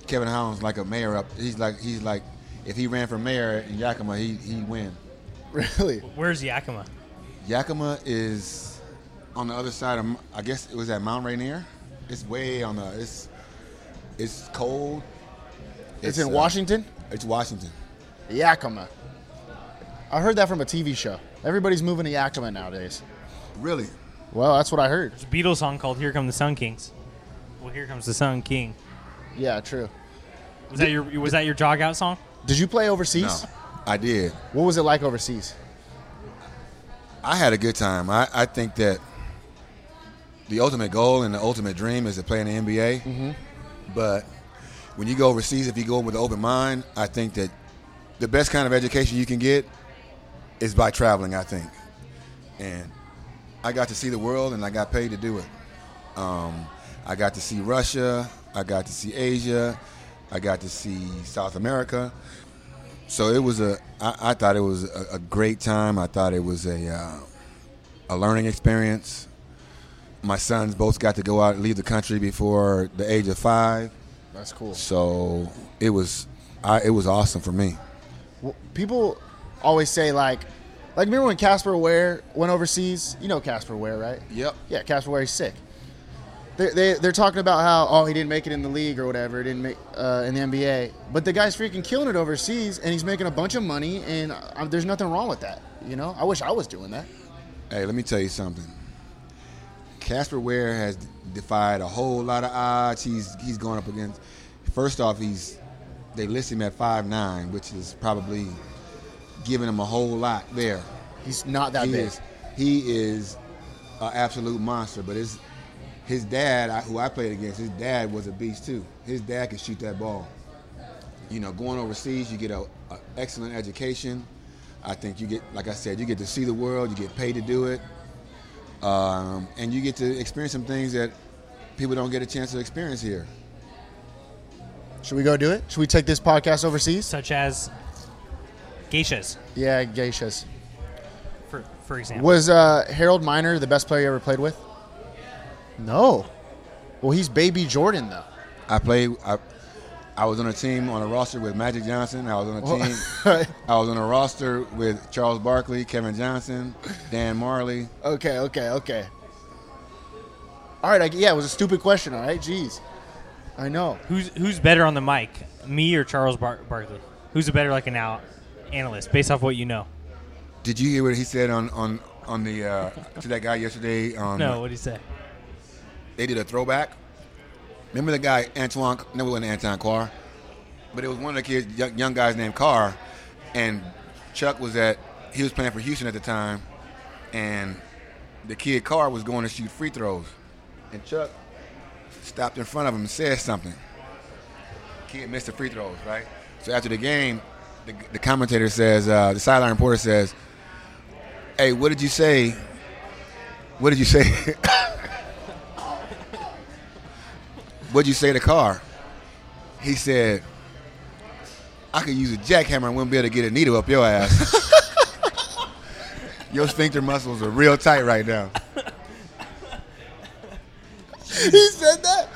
Speaker 6: Kevin Holland's like a mayor up. He's like he's like if he ran for mayor in Yakima, he he'd win.
Speaker 3: really?
Speaker 4: Where's Yakima?
Speaker 6: Yakima is on the other side of. I guess it was at Mount Rainier. It's way on the. It's it's cold.
Speaker 3: It's, in
Speaker 6: uh,
Speaker 3: Washington,
Speaker 6: It's Washington.
Speaker 3: Yakima. I heard that from a TV show. Everybody's moving to Yakima nowadays.
Speaker 6: Really.
Speaker 3: Well, that's what I heard.
Speaker 4: It's a Beatles song called "Here Come the Sun Kings." Well, here comes the Sun King.
Speaker 3: Yeah, true.
Speaker 4: Was that your was that your jog out song?
Speaker 3: Did you play overseas?
Speaker 6: No, <laughs> I did.
Speaker 3: What was it like overseas?
Speaker 6: I had a good time. I, I think that the ultimate goal and the ultimate dream is to play in the NBA. Mm-hmm. But when you go overseas, if you go with an open mind, I think that the best kind of education you can get is by traveling, I think. And I got to see the world and I got paid to do it. Um, I got to see Russia. I got to see Asia. I got to see South America. So it was a. I, I thought it was a, a great time. I thought it was a uh, a learning experience. My sons both got to go out and leave the country before the age of five,
Speaker 3: That's cool.
Speaker 6: so it was I, it was awesome for me.
Speaker 3: Well, people always say like, like remember when Casper Ware went overseas? You know Casper Ware, right?
Speaker 6: Yep.
Speaker 3: Yeah, Casper Ware is sick. They, they, they're talking about how oh he didn't make it in the league or whatever didn't make uh, in the NBA but the guy's freaking killing it overseas and he's making a bunch of money and uh there's nothing wrong with that you know I wish I was doing that
Speaker 6: Hey, let me tell you something. Casper Ware has defied a whole lot of odds. He's he's going up against. First off, he's they list him at five nine, which is probably giving him a whole lot there.
Speaker 3: he's not that
Speaker 6: he
Speaker 3: big
Speaker 6: is he is an absolute monster. But his his dad, I, who I played against, his dad was a beast too. His dad could shoot that ball. You know, going overseas, you get a, a excellent education. I think you get, like I said, you get to see the world, you get paid to do it, um, and you get to experience some things that people don't get a chance to experience here.
Speaker 3: should we go do it should we take this podcast overseas
Speaker 4: Such as geishas,
Speaker 3: yeah geishas
Speaker 4: for for example.
Speaker 3: was uh, Harold Miner the best player you ever played with no well he's baby Jordan though
Speaker 6: I played. I, I was on a team on a roster with Magic Johnson. I was on a team.
Speaker 3: <laughs>
Speaker 6: I was on a roster with Charles Barkley, Kevin Johnson, Dan Marley.
Speaker 3: Okay, okay, okay. All right, I, yeah, it was a stupid question. All right, jeez, I know.
Speaker 4: Who's who's better on the mic, me or Charles Bar- Barkley? Who's a better like an out analyst based off what you know?
Speaker 6: Did you hear what he said on on on the uh, to that guy yesterday? On, uh,
Speaker 4: No, what do you say?
Speaker 6: they did a throwback. Remember the guy Antoine? No, it wasn't Antoine Carr, but it was one of the kids, young, young guys named Carr, and Chuck was at he was playing for Houston at the time, and the kid Carr was going to shoot free throws, and Chuck stopped in front of him and said something. Kid missed the free throws, right? So after the game, the, the commentator says, uh, the sideline reporter says, "Hey, what did you say What did you say? <laughs> What'd you say to Carr? He said, I could use a jackhammer and wouldn't be able to get a needle up
Speaker 3: <laughs>
Speaker 6: your ass. your sphincter muscles are real tight right now.
Speaker 3: He said that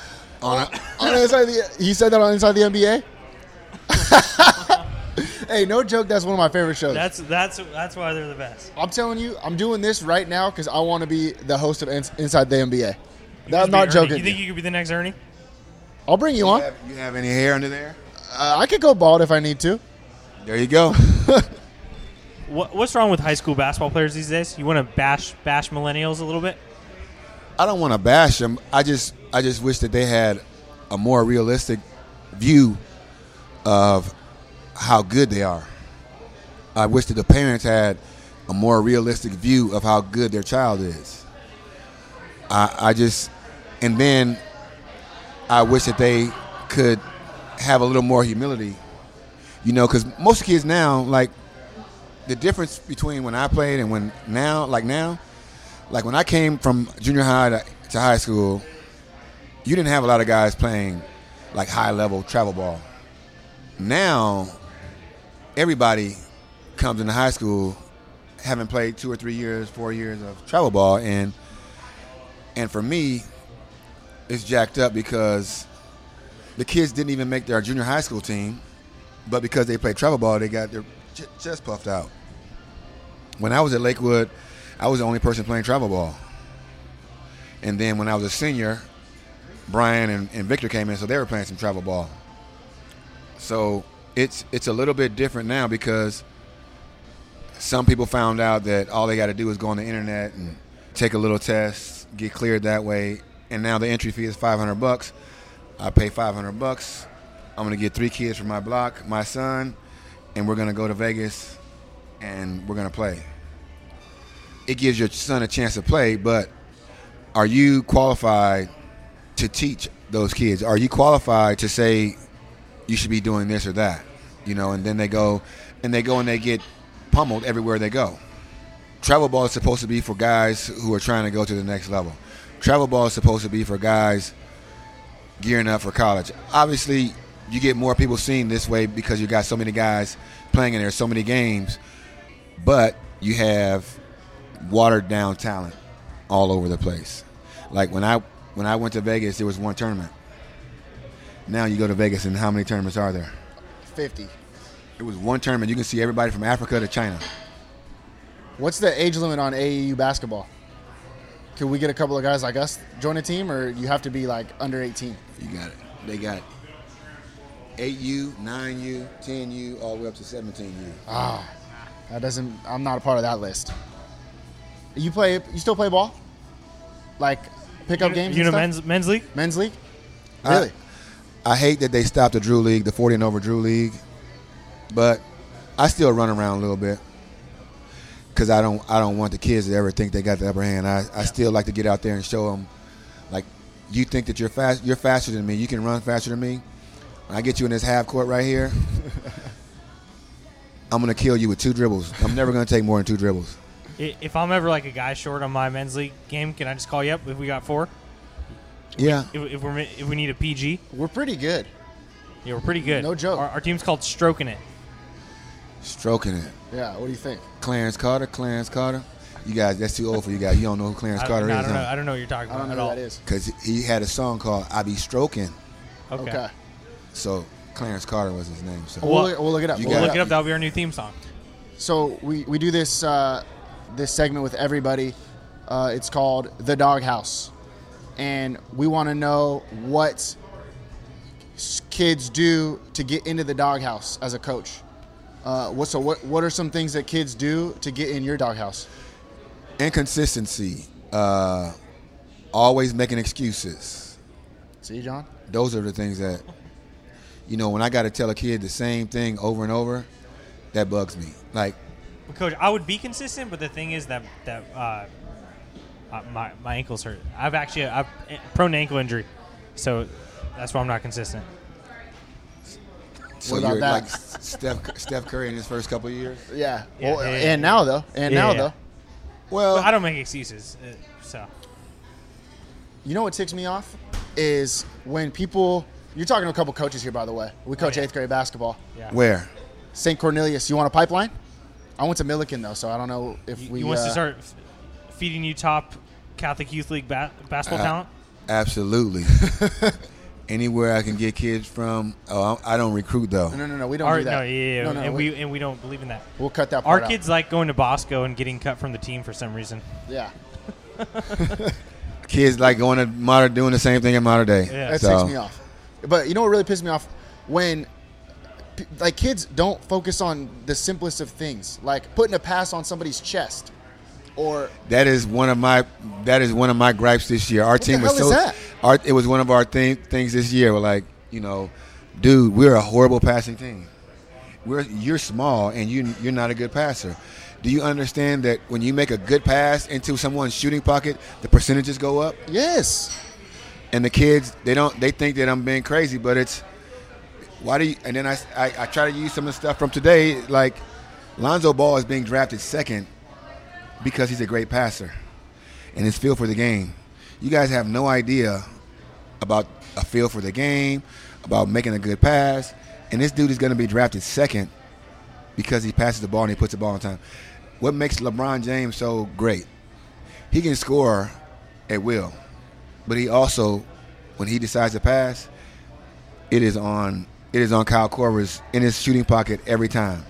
Speaker 6: On a-
Speaker 3: on inside the. He said that on inside the NBA. <laughs> hey, no joke. That's one of my favorite shows.
Speaker 4: That's that's that's why they're the best.
Speaker 3: I'm telling you, I'm doing this right now because I want to be the host of Ins- Inside the NBA. That,
Speaker 4: Just
Speaker 3: I'm
Speaker 4: be
Speaker 3: not
Speaker 4: Ernie.
Speaker 3: joking.
Speaker 4: You think you could be the next Ernie?
Speaker 3: I'll bring you
Speaker 6: you,
Speaker 3: on.
Speaker 6: have, you have any hair under there?
Speaker 3: Uh, I could go bald if I need to.
Speaker 6: There you go.
Speaker 4: What, what's wrong with high school basketball players these days? You want to bash bash millennials a little bit?
Speaker 6: I don't want to bash them. I just I just wish that they had a more realistic view of how good they are. I wish that the parents had a more realistic view of how good their child is. I, I just and then I wish that they could have a little more humility. You know, because most kids now, like the difference between when I played and when now, like now, like when I came from junior high to, to high school, you didn't have a lot of guys playing like high level travel ball. Now, everybody comes into high school having played two or three years, four years of travel ball, and and for me, it's jacked up because the kids didn't even make their junior high school team, but because they played travel ball, they got their ch- chest puffed out. When I was at Lakewood, I was the only person playing travel ball. And then when I was a senior, Brian and, and Victor came in, so they were playing some travel ball. So it's it's a little bit different now because some people found out that all they got to do is go on the internet and take a little test, get cleared that way, and now the entry fee is 500 bucks. I pay 500 bucks. I'm gonna get three kids from my block, my son, and we're gonna go to Vegas, and we're gonna play it gives your son a chance to play, but are you qualified to teach those kids? Are you qualified to say you should be doing this or that? You know, and then they go and they go and they get pummeled everywhere they go. Travel ball is supposed to be for guys who are trying to go to the next level. Travel ball is supposed to be for guys gearing up for college. Obviously, you get more people seen this way because you got so many guys playing and there's so many games, but you have watered down talent all over the place. Like when I when I went to Vegas, there was one tournament. Now you go to Vegas, and how many tournaments are there?
Speaker 3: 50.
Speaker 6: It was one tournament. You can see everybody from Africa to China.
Speaker 3: What's the age limit on AAU basketball? Can we get a couple of guys like us join a team, or you have to be like under 18?
Speaker 6: You got it. They got eight U, nine U, ten U, all the way up to seventeen U.
Speaker 3: That doesn't. I'm not a part of that list. You play. You still play ball? Like pickup games?
Speaker 4: You know,
Speaker 3: and stuff?
Speaker 4: men's men's league.
Speaker 3: men's league.
Speaker 6: I-
Speaker 3: Really?
Speaker 6: I hate that they stopped the Drew League, the 40 and over Drew League, but I still run around a little bit because I don't I don't want the kids to ever think they got the upper hand. I, I still like to get out there and show them, like, you think that you're fast, you're faster than me, you can run faster than me. When I get you in this half court
Speaker 4: <laughs>
Speaker 6: right here, I'm gonna kill you with two dribbles. I'm never gonna take more than two dribbles.
Speaker 4: I- If I'm ever like a guy short on my men's league game, can I just call you up if we got four?
Speaker 6: Yeah,
Speaker 4: If, if we're mi- if we need a PG,
Speaker 3: We're pretty good.
Speaker 4: yeah, we're pretty good.
Speaker 3: No joke.
Speaker 4: Our, our team's called Stroking It.
Speaker 6: stroking it.
Speaker 3: Yeah. What do you think?
Speaker 6: Clarence Carter, Clarence Carter. You guys, that's too old for you guys. You don't know who Clarence
Speaker 4: I,
Speaker 6: Carter
Speaker 4: no, I
Speaker 6: is.
Speaker 4: don't
Speaker 6: huh?
Speaker 4: know. I don't know what you're talking
Speaker 3: I
Speaker 4: about
Speaker 3: don't know
Speaker 4: at
Speaker 3: who
Speaker 4: all.
Speaker 3: that is.
Speaker 6: because he had a song called "I Be Stroking."
Speaker 4: Okay.
Speaker 3: Okay.
Speaker 6: So Clarence Carter was his name. So
Speaker 3: We'll, look- we'll look it up.
Speaker 6: You
Speaker 3: We'll
Speaker 4: We'll
Speaker 6: got
Speaker 4: look it up. That'll be our new theme song.
Speaker 3: So we, we do this uh, this segment with everybody. Uh, it's called the Doghouse, and we want to know what s- kids do to get into the doghouse as a coach. Uh, what so what what are some things that kids do to get in your doghouse?
Speaker 6: inconsistency, uh, always making excuses.
Speaker 3: See, John,
Speaker 6: Those are the things that you know. When I got to tell a kid the same thing over and over, that bugs me. Like
Speaker 4: But Coach, I would be consistent, but the thing is that that uh, uh, my my ankles hurt. I've actually I've eh, prone to ankle injury, so that's why I'm not consistent.
Speaker 6: so
Speaker 3: What about
Speaker 6: you're
Speaker 3: that?
Speaker 6: like S- Steph Steph Curry in his first couple of years.
Speaker 3: yeah.
Speaker 4: Yeah,
Speaker 3: well,
Speaker 4: yeah, yeah,
Speaker 3: and now though, and
Speaker 4: Yeah,
Speaker 3: now
Speaker 4: yeah.
Speaker 3: though, Well,
Speaker 4: But I don't make excuses, uh, so
Speaker 3: You know what ticks me off is when people. You're talking to a couple coaches here, by the way. We coach
Speaker 4: Oh, yeah.
Speaker 3: eighth grade basketball.
Speaker 4: yeah.
Speaker 6: Where?
Speaker 3: St. Cornelius, you want a pipeline? I went to Milliken though, so I don't know if
Speaker 4: He-
Speaker 3: we.
Speaker 4: he wants
Speaker 3: uh,
Speaker 4: to start f- feeding you top Catholic youth league ba- basketball
Speaker 3: Uh-huh.
Speaker 4: talent.
Speaker 6: Absolutely. <laughs> Anywhere I can get kids from. Oh, I I don't recruit though.
Speaker 3: No, no, no. We don't
Speaker 4: Our,
Speaker 3: do that.
Speaker 4: no, yeah, yeah,
Speaker 3: no,
Speaker 4: yeah,
Speaker 3: no,
Speaker 4: and
Speaker 3: we,
Speaker 4: we and we don't believe in that.
Speaker 3: will cut that
Speaker 4: Our
Speaker 3: part out.
Speaker 4: kids like going to Bosco and getting cut from the team for some reason.
Speaker 3: Yeah,
Speaker 6: Kids like going to modern, doing the same thing in modern day.
Speaker 4: Yeah.
Speaker 3: that ticks me off. But you know what really pissed me off when, p- like, kids don't focus on the simplest of things, like putting a pass on somebody's chest, or
Speaker 6: That is one of my that is one of my gripes this year. Our
Speaker 3: the
Speaker 6: team was
Speaker 3: hell
Speaker 6: so
Speaker 3: is that?
Speaker 6: Our, it was one of our thing, things this year. We're like, you know, dude, we're a horrible passing team. We're you're small and you you're not a good passer. Do you understand that when you make a good pass into someone's shooting pocket, the percentages go up?
Speaker 3: yes,
Speaker 6: and the kids they don't they think that I'm being crazy, but it's why do you? And then I I, I try to use some of the stuff from today, like Lonzo Ball is being drafted second because he's a great passer and his feel for the game. You guys have no idea about a feel for the game, about making a good pass, and this dude is going to be drafted second because he passes the ball and he puts the ball on time. What makes LeBron James so great? He can score at will but he also, when he decides to pass, it is on it is on Kyle Korver's in his shooting pocket every time.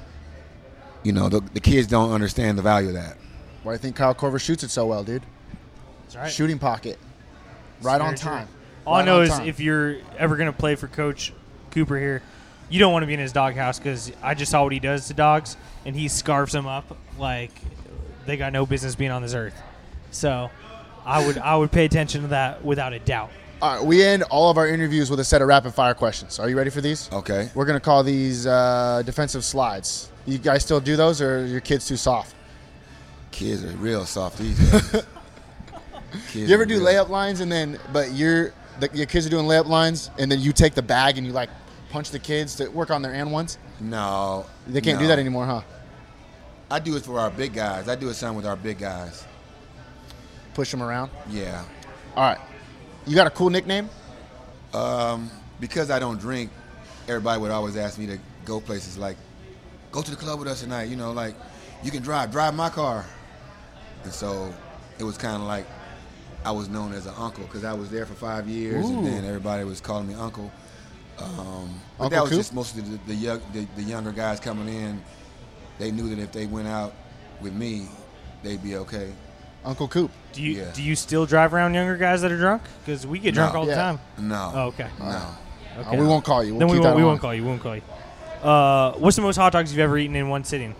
Speaker 6: You know, the, the kids don't understand the value of that.
Speaker 3: why do you think Kyle Corver shoots it so well, dude?
Speaker 4: That's right.
Speaker 3: Shooting pocket, right on
Speaker 4: Very true.
Speaker 3: time.
Speaker 4: All I
Speaker 3: Right
Speaker 4: know
Speaker 3: on
Speaker 4: is
Speaker 3: time.
Speaker 4: if you're ever going to play for Coach Cooper here, you don't want to be in his doghouse because I just saw what he does to dogs, and he scarves them up like they got no business being on this earth. So, I would I would pay attention to that without a doubt.
Speaker 3: All right, we end all of our interviews with a set of rapid fire questions. Are you ready for these?
Speaker 6: Okay.
Speaker 3: We're gonna call these uh, defensive slides. You guys still do those, or are your kids too soft?
Speaker 6: Kids are real soft these days.
Speaker 3: <laughs>
Speaker 6: Kids
Speaker 3: You ever
Speaker 6: are
Speaker 3: do
Speaker 6: real-
Speaker 3: layup lines and then, but you're the, your kids are doing layup lines and then you take the bag and you like punch the kids to work on their and ones.
Speaker 6: No,
Speaker 3: They can't do
Speaker 6: no.
Speaker 3: that anymore, huh?
Speaker 6: I do it for our big guys. I do it some with our big guys.
Speaker 3: Push them around.
Speaker 6: Yeah,
Speaker 3: All right, you got a cool nickname?
Speaker 6: because I don't drink. Everybody would always ask me to go places like, go to the club with us tonight. You know, like you can drive, drive my car. And so it was kind of like I was known as an uncle because I was there for five years,
Speaker 3: Ooh.
Speaker 6: and then everybody was calling me uncle. Um, but
Speaker 3: Uncle
Speaker 6: that was
Speaker 3: Coop?
Speaker 6: just mostly the, the, young, the, the younger guys coming in. They knew that if they went out with me, they'd be okay.
Speaker 3: Uncle Coop.
Speaker 4: Do you
Speaker 6: Yeah.
Speaker 4: do you still drive around younger guys that are drunk? Because we get drunk
Speaker 6: No.
Speaker 4: all the
Speaker 3: Yeah.
Speaker 4: time.
Speaker 6: No.
Speaker 4: Oh, okay.
Speaker 6: No.
Speaker 3: Uh,
Speaker 4: Okay.
Speaker 3: we won't call you. We'll
Speaker 4: then we
Speaker 3: keep
Speaker 4: won't,
Speaker 3: that
Speaker 4: we
Speaker 3: on.
Speaker 4: won't call you. We won't call you. Uh, what's the most hot dogs you've ever eaten in one sitting?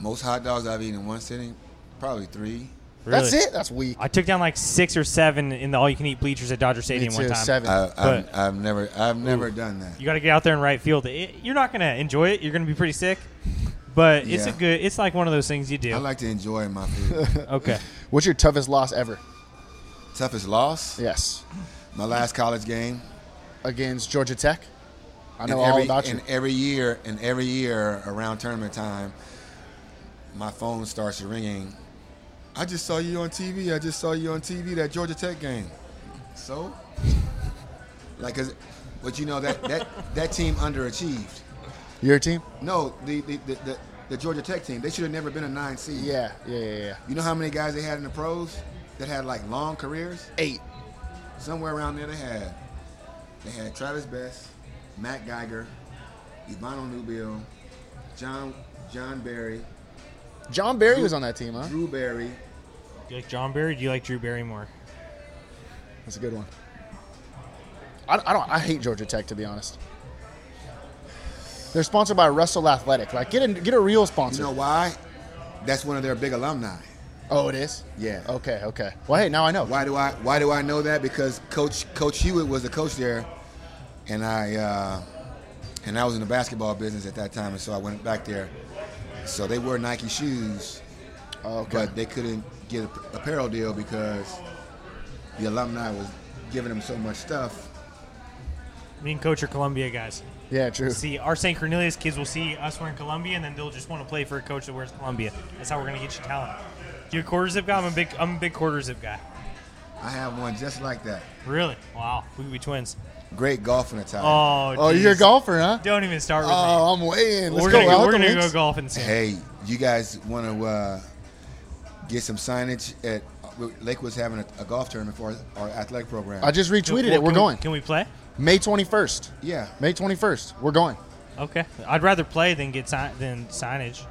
Speaker 6: Most hot dogs I've eaten in one sitting, probably three.
Speaker 3: That's
Speaker 4: Really?
Speaker 3: it. That's weak.
Speaker 4: I took down like six or seven in the all-you-can-eat bleachers at Dodger
Speaker 3: Me
Speaker 4: Stadium
Speaker 3: too,
Speaker 4: one time.
Speaker 3: seven.
Speaker 6: I, I've,
Speaker 4: But-
Speaker 6: I've never, I've never done that.
Speaker 4: You got to get out there in right field. It, you're not gonna enjoy it. You're gonna be pretty sick, but it's a
Speaker 6: Yeah.
Speaker 4: good. It's like one of those things you do.
Speaker 6: I like to enjoy
Speaker 3: <laughs>
Speaker 6: my food.
Speaker 4: okay,
Speaker 3: What's your toughest loss ever?
Speaker 6: Toughest loss?
Speaker 3: Yes,
Speaker 6: My last college game.
Speaker 3: against Georgia Tech. I know
Speaker 6: and every,
Speaker 3: all about you.
Speaker 6: And every year, and every year around tournament time, my phone starts ringing. I just saw you on TV. I just saw you on TV that Georgia Tech game. So, like, 'cause- but you know that that that team underachieved.
Speaker 3: Your team?
Speaker 6: No, the the, the, the the Georgia Tech team. They should have never been a nine seed.
Speaker 3: Yeah, yeah, yeah, yeah.
Speaker 6: You know how many guys they had in the pros that had like long careers?
Speaker 3: Eight.
Speaker 6: somewhere around there they had they had Travis Best, Matt Geiger, Ivano Nubile, John John Barry,
Speaker 3: John Barry was on that team, huh?
Speaker 6: Drew Barry.
Speaker 4: you like John Barry? Do you like Drew Barrymore?
Speaker 3: That's a good one. I, I don't. I hate Georgia Tech to be honest. They're sponsored by Russell Athletic. Like, get a get a real
Speaker 6: You
Speaker 3: sponsor.
Speaker 6: know why? That's one of their big alumni.
Speaker 3: Oh, it is.
Speaker 6: Yeah.
Speaker 3: Okay. Okay. Well, hey, now I know.
Speaker 6: Why do I why do I know that? Because Coach Coach Hewitt was the coach there, and I uh, and I was in the basketball business at that time, and so I went back there. So they wore Nike shoes,
Speaker 3: Oh, Okay.
Speaker 6: but they couldn't get an apparel deal because the alumni was giving them so much stuff
Speaker 4: Me and Coach are Columbia guys.
Speaker 3: yeah. True.
Speaker 4: See, our St. Cornelius kids will see us wearing Columbia, and then they'll just want to play for a coach that wears Columbia. That's how we're gonna get you talent. Your quarter zip guy? I'm a big I'm a big quarter zip guy.
Speaker 6: I have one just like that.
Speaker 4: Really? Wow. We could be twins.
Speaker 6: Great golfing attire.
Speaker 4: Oh,
Speaker 3: Oh, you're a
Speaker 4: jeez.
Speaker 3: golfer, huh?
Speaker 4: Don't even start with me.
Speaker 3: Oh, I'm way in. Let's
Speaker 4: we're
Speaker 3: go.
Speaker 4: gonna go,
Speaker 3: Alec
Speaker 4: we're gonna go
Speaker 3: Wentz.
Speaker 4: golfing soon.
Speaker 6: Hey, you guys want to uh, get some signage at Lakewood's having a, a golf tournament for our athletic program?
Speaker 3: I just retweeted
Speaker 4: Well,
Speaker 3: it. We're
Speaker 4: can
Speaker 3: going.
Speaker 4: We, can we play?
Speaker 3: May 21st.
Speaker 6: yeah,
Speaker 3: May 21st. We're going.
Speaker 4: Okay. I'd rather play than get si- than signage.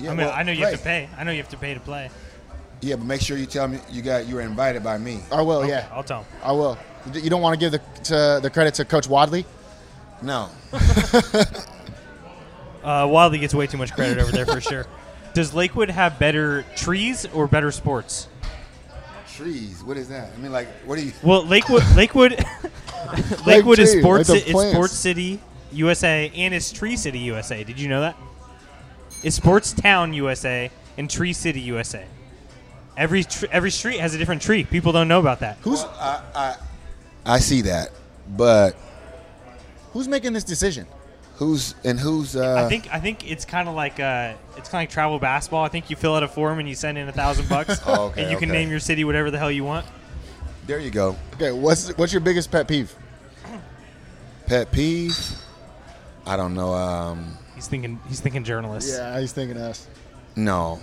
Speaker 6: yeah.
Speaker 4: I mean,
Speaker 6: well,
Speaker 4: I know you have to pay.
Speaker 6: right.
Speaker 4: I know you have to pay to play.
Speaker 6: Yeah, but make sure you tell me you got you were invited by me.
Speaker 3: I will,
Speaker 4: Okay,
Speaker 3: yeah.
Speaker 4: I'll tell him.
Speaker 3: I will. You don't want to give the to, the credit to Coach Wadley?
Speaker 6: No,
Speaker 4: Uh, Wildly gets way too much credit over
Speaker 3: <laughs>
Speaker 4: there for sure. Does Lakewood have better trees or better sports?
Speaker 6: trees. What is that? I mean, like, what do you?
Speaker 4: Well, Lakewood, Lakewood, <laughs> Lakewood is
Speaker 3: tree,
Speaker 4: sports.
Speaker 3: like the
Speaker 4: it's
Speaker 3: plants.
Speaker 4: sports city USA and it's Tree City USA. Did you know that? It's sports town USA and Tree City USA. Every tr- every street has a different tree. People don't know about that.
Speaker 3: Who's
Speaker 6: I see that, but
Speaker 3: who's making this decision?
Speaker 6: who's and who's? Uh,
Speaker 4: I think I think it's kind of like uh, it's kind of like travel basketball. I think you fill out a form and you send in a
Speaker 3: <laughs>
Speaker 4: thousand bucks,
Speaker 6: Oh, okay,
Speaker 4: and you can
Speaker 6: okay.
Speaker 4: name your city whatever the hell you want.
Speaker 6: there you go.
Speaker 3: Okay, what's what's your biggest pet peeve?
Speaker 6: Pet peeve. I don't know. Um,
Speaker 4: He's thinking he's thinking journalists.
Speaker 3: he's thinking us.
Speaker 6: No.